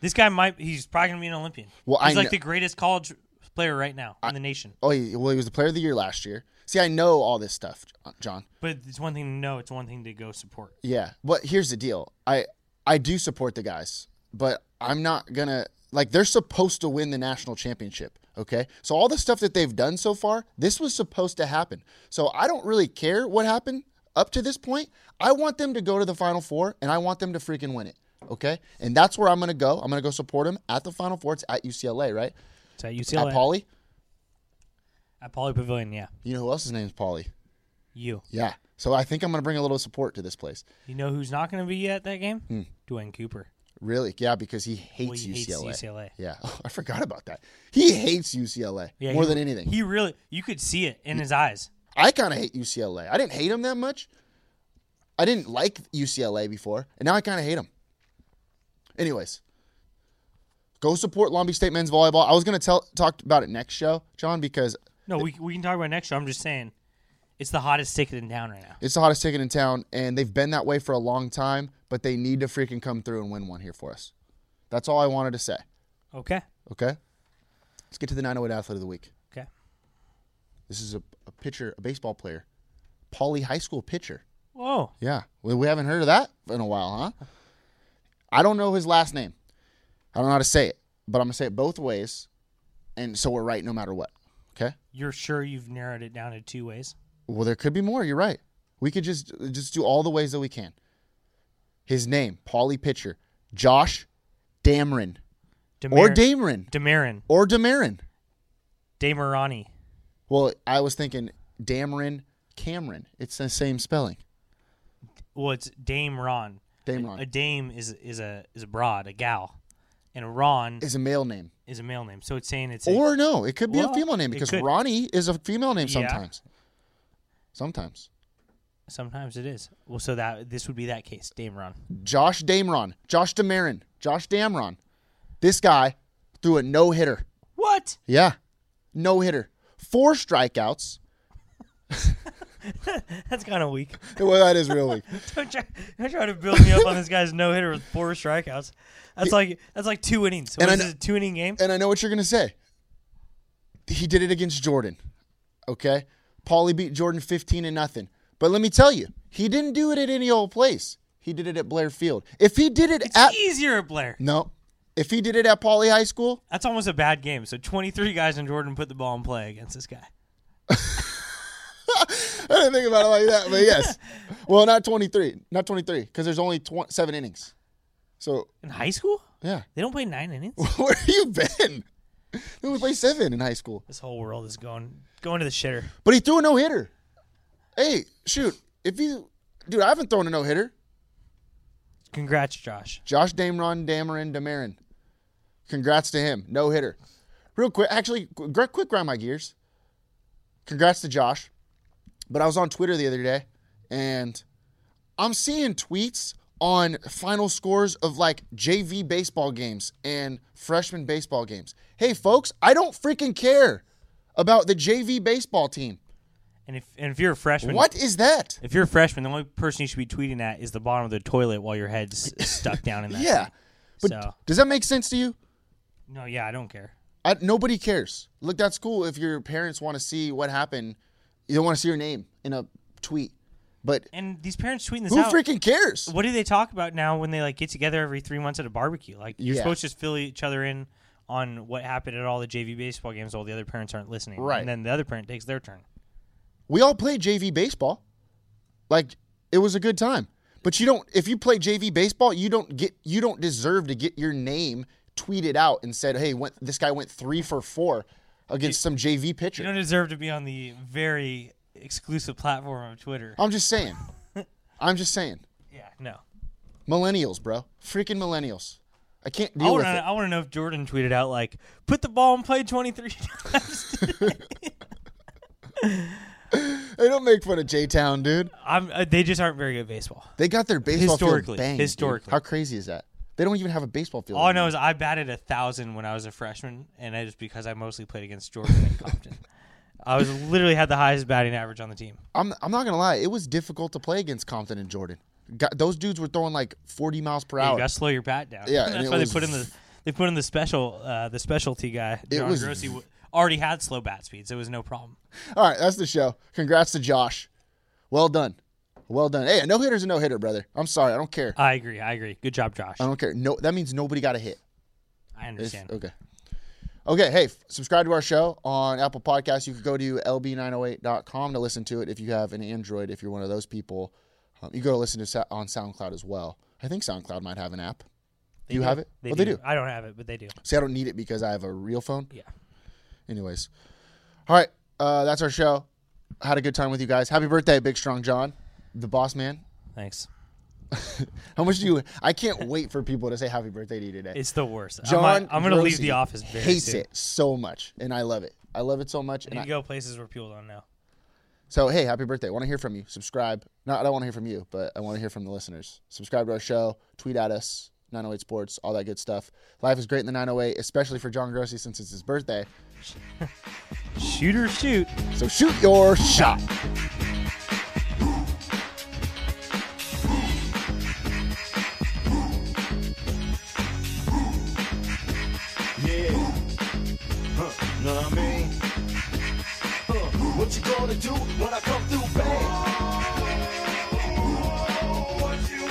Speaker 4: This guy might he's probably gonna be an Olympian.
Speaker 3: Well, I
Speaker 4: he's like
Speaker 3: kn-
Speaker 4: the greatest college player right now in the nation.
Speaker 3: Oh, he, well, he was the player of the year last year. See, I know all this stuff, John.
Speaker 4: But it's one thing to know; it's one thing to go support.
Speaker 3: Yeah, but here's the deal. I I do support the guys, but I'm not gonna like they're supposed to win the national championship. Okay, so all the stuff that they've done so far, this was supposed to happen. So I don't really care what happened up to this point. I want them to go to the final four, and I want them to freaking win it. Okay, and that's where I'm gonna go. I'm gonna go support them at the final four. It's at UCLA, right?
Speaker 4: It's at UCLA.
Speaker 3: At Pauley.
Speaker 4: At Pauley Pavilion, yeah.
Speaker 3: You know who else's name is Pauly?
Speaker 4: You.
Speaker 3: Yeah. So I think I'm gonna bring a little support to this place.
Speaker 4: You know who's not going to be at that game? Dwayne Cooper.
Speaker 3: Really? Yeah, because Hmm. he hates
Speaker 4: he hates
Speaker 3: UCLA.
Speaker 4: UCLA.
Speaker 3: Yeah, oh, <laughs> I forgot about that. He hates UCLA
Speaker 4: Yeah,
Speaker 3: more
Speaker 4: he-
Speaker 3: than anything.
Speaker 4: He really, you could see it in his eyes.
Speaker 3: I kind of hate UCLA. I didn't hate him that much. I didn't like UCLA before, and now I kind of hate him. Anyways, go support Long Beach State men's volleyball. I was gonna tell talk about it next show, John, because
Speaker 4: No, we, we can talk about it next show. I'm just saying, it's the hottest ticket in town right now.
Speaker 3: it's the hottest ticket in town, and they've been that way for a long time. But they need to freaking come through and win one here for us. That's all I wanted to say.
Speaker 4: Okay.
Speaker 3: Okay, let's get to the 908 athlete of the week.
Speaker 4: Okay.
Speaker 3: This is a, a pitcher, a baseball player, Pauley High School pitcher.
Speaker 4: Whoa.
Speaker 3: Yeah, we, we haven't heard of that in a while, huh? I don't know his last name. I don't know how to say it, but I'm gonna say it both ways, and so we're right no matter what. Okay.
Speaker 4: You're sure you've narrowed it down to two ways?
Speaker 3: Well, there could be more. You're right. We could just just do all the ways that we can. His name, Pauley pitcher, Josh Dameron or
Speaker 4: Demer-
Speaker 3: Dameron
Speaker 4: Damarin.
Speaker 3: or Dameron.
Speaker 4: Damarani.
Speaker 3: Well, I was thinking Dameron Cameron. It's the same spelling.
Speaker 4: Well, it's Dame Ron.
Speaker 3: Dameron.
Speaker 4: A dame is is a is a broad, a gal, and a Ron
Speaker 3: is a male name.
Speaker 4: is a male name. So it's saying it's a,
Speaker 3: Or no, it could be a
Speaker 4: Well,
Speaker 3: female name
Speaker 4: it
Speaker 3: because
Speaker 4: could.
Speaker 3: Ronnie is a female name
Speaker 4: Yeah.
Speaker 3: sometimes. Sometimes.
Speaker 4: sometimes it is. Well, so that this would be that case, Dame Ron.
Speaker 3: Josh Damron, Josh Damarin, Josh Damron. This guy threw a no hitter.
Speaker 4: What? <laughs>
Speaker 3: Yeah. No hitter. Four strikeouts.
Speaker 4: That's kind of weak.
Speaker 3: Well, that is really.
Speaker 4: <laughs> Don't try, don't try to build me up on this guy's no hitter with four strikeouts. That's like that's like two innings. What
Speaker 3: And I
Speaker 4: is
Speaker 3: kn-
Speaker 4: this, a two inning game?
Speaker 3: <laughs> and I know what you're going to say. He did it against Jordan. Okay? Paulie beat Jordan 15 and nothing. But let me tell you, he didn't do it at any old place. He did it at Blair Field. If he did it at
Speaker 4: It's easier, Blair.
Speaker 3: No. If he did it at Pauley High School,
Speaker 4: That's almost a bad game. So twenty three guys in Jordan put the ball in play against this guy.
Speaker 3: <laughs> I didn't think about it like that, but yes. Well, not 23. Not 23, because there's only tw- seven innings. So,
Speaker 4: In high school,
Speaker 3: yeah. <laughs>
Speaker 4: they don't play nine innings.
Speaker 3: Where have you been? They only play seven in high school.
Speaker 4: this whole world is going going to the shitter.
Speaker 3: But he threw a no hitter. Hey, shoot. If you, dude, I haven't thrown a no hitter.
Speaker 4: Congrats, Josh.
Speaker 3: Josh Damron, Dameron, Damarin. Congrats to him. No hitter. Real quick, actually, qu- gr- quick grind my gears. Congrats to Josh. But I was on Twitter the other day and I'm seeing tweets on final scores of like JV baseball games and freshman baseball games. Hey, folks, I don't freaking care about the JV baseball team.
Speaker 4: And if and if you're a freshman,
Speaker 3: What is that?
Speaker 4: If you're a freshman, the only person you should be tweeting at is the bottom of the toilet while
Speaker 3: <laughs>
Speaker 4: your head's stuck down in that.
Speaker 3: Yeah.
Speaker 4: thing.
Speaker 3: But
Speaker 4: So-
Speaker 3: does that make sense to you?
Speaker 4: No, yeah, I don't care.
Speaker 3: I, nobody cares. Look, that's cool if your parents want to see what happened. You don't want to see your name in a tweet, but
Speaker 4: And these parents tweeting this
Speaker 3: who
Speaker 4: out.
Speaker 3: freaking cares?
Speaker 4: what do they talk about now when they like get together every three months at a barbecue? Like you're
Speaker 3: Yeah.
Speaker 4: supposed to just fill each other in on what happened at all the JV baseball games while the other parents aren't listening.
Speaker 3: Right.
Speaker 4: And then the other parent takes their turn.
Speaker 3: We all played JV baseball. Like it was a good time. But you don't if you play JV baseball, you don't get you don't deserve to get your name tweeted out and said, "Hey, went, this guy went 3 for 4 against some JV pitcher."
Speaker 4: You don't deserve to be on the very exclusive platform of Twitter.
Speaker 3: I'm just saying. I'm just saying.
Speaker 4: yeah, no.
Speaker 3: Millennials, bro. Freaking millennials. I can't
Speaker 4: I
Speaker 3: deal
Speaker 4: want
Speaker 3: with
Speaker 4: to.
Speaker 3: it.
Speaker 4: I want to know if Jordan tweeted out like, "Put the ball in play 23 times." <laughs> today."
Speaker 3: They don't make fun of J Town, dude.
Speaker 4: I'm, uh, they just aren't very good at baseball.
Speaker 3: They got their baseball
Speaker 4: Historically.
Speaker 3: field banged. dude.
Speaker 4: Historically.
Speaker 3: How crazy is that? They don't even have a baseball field.
Speaker 4: All I know
Speaker 3: anymore.
Speaker 4: is I batted a thousand when I was a freshman, and that is because I mostly played against Jordan and
Speaker 3: <laughs>
Speaker 4: Compton. I was literally had the highest batting average on the team.
Speaker 3: I'm I'm not gonna lie, it was difficult to play against Compton and Jordan. Got, those dudes were throwing like 40 miles per
Speaker 4: You
Speaker 3: hour.
Speaker 4: gotta slow your bat down.
Speaker 3: Yeah, and
Speaker 4: that's
Speaker 3: it
Speaker 4: why
Speaker 3: was-
Speaker 4: they put in the they put in the special uh, the specialty guy. John
Speaker 3: was-
Speaker 4: Grossi w- already had slow bat speeds. It was no problem.
Speaker 3: All right, that's the show. Congrats to Josh. Well done, well done. Hey, a no hitter's a no hitter, brother. I'm sorry, I don't care.
Speaker 4: I agree. I agree. Good job, Josh.
Speaker 3: I don't care. No, that means nobody got a hit.
Speaker 4: I
Speaker 3: Oh, It's-
Speaker 4: understand.
Speaker 3: okay. Okay, hey, f- subscribe to our show on Apple Podcasts. You can go to lb908.com to listen to it if you have an Android, if you're one of those people. Um, you can go listen to sa- on SoundCloud as well. I think SoundCloud might have an app. you have it?
Speaker 4: They
Speaker 3: oh,
Speaker 4: do.
Speaker 3: they do.
Speaker 4: I don't have it, but they do.
Speaker 3: See, I don't need it because I have a real phone.
Speaker 4: Yeah.
Speaker 3: Anyways. All right, uh, that's our show. Had a good time with you guys. Happy birthday, Big Strong John, the boss man.
Speaker 4: Thanks.
Speaker 3: How much do you? I
Speaker 4: <laughs>
Speaker 3: can't wait for people to say happy birthday to you today.
Speaker 4: It's the worst. I'm-
Speaker 3: John,
Speaker 4: I'm, gonna leave
Speaker 3: Grossi
Speaker 4: the office. Very
Speaker 3: hates
Speaker 4: soon.
Speaker 3: it so much, and I love it. I love it so much. And
Speaker 4: You
Speaker 3: I,
Speaker 4: go places where people don't know.
Speaker 3: so, hey, happy birthday! Want to hear from you? Subscribe. No, I don't want to hear from you, but I want to hear from the listeners. Subscribe to our show. Tweet at us. 908 Sports, all that good stuff. Life is great in the 908, especially for John Grossi since it's his birthday.
Speaker 4: Shoot or shoot.
Speaker 3: So shoot your shot.
Speaker 5: Yeah. Huh, know what I mean? Huh, what you gonna do when I come through, babe? what you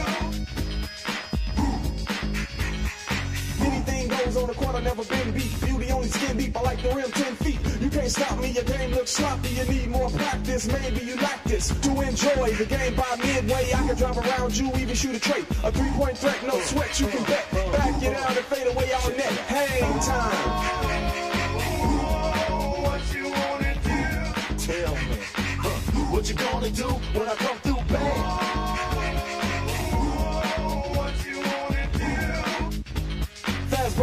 Speaker 5: wanna do? Anything goes on the court, I never been beat. Beauty only skin deep, I like the rim 10 feet. You can't stop me, your game looks sloppy. You need more practice, maybe you like this. To enjoy the game by midway, I can drive around you, even shoot a trait. A three point threat, no sweat, you can bet. Back it out and fade away on net. Hang time. What you wanna do? Tell me, huh, what you gonna do when I come through, babe? What you wanna do? Fast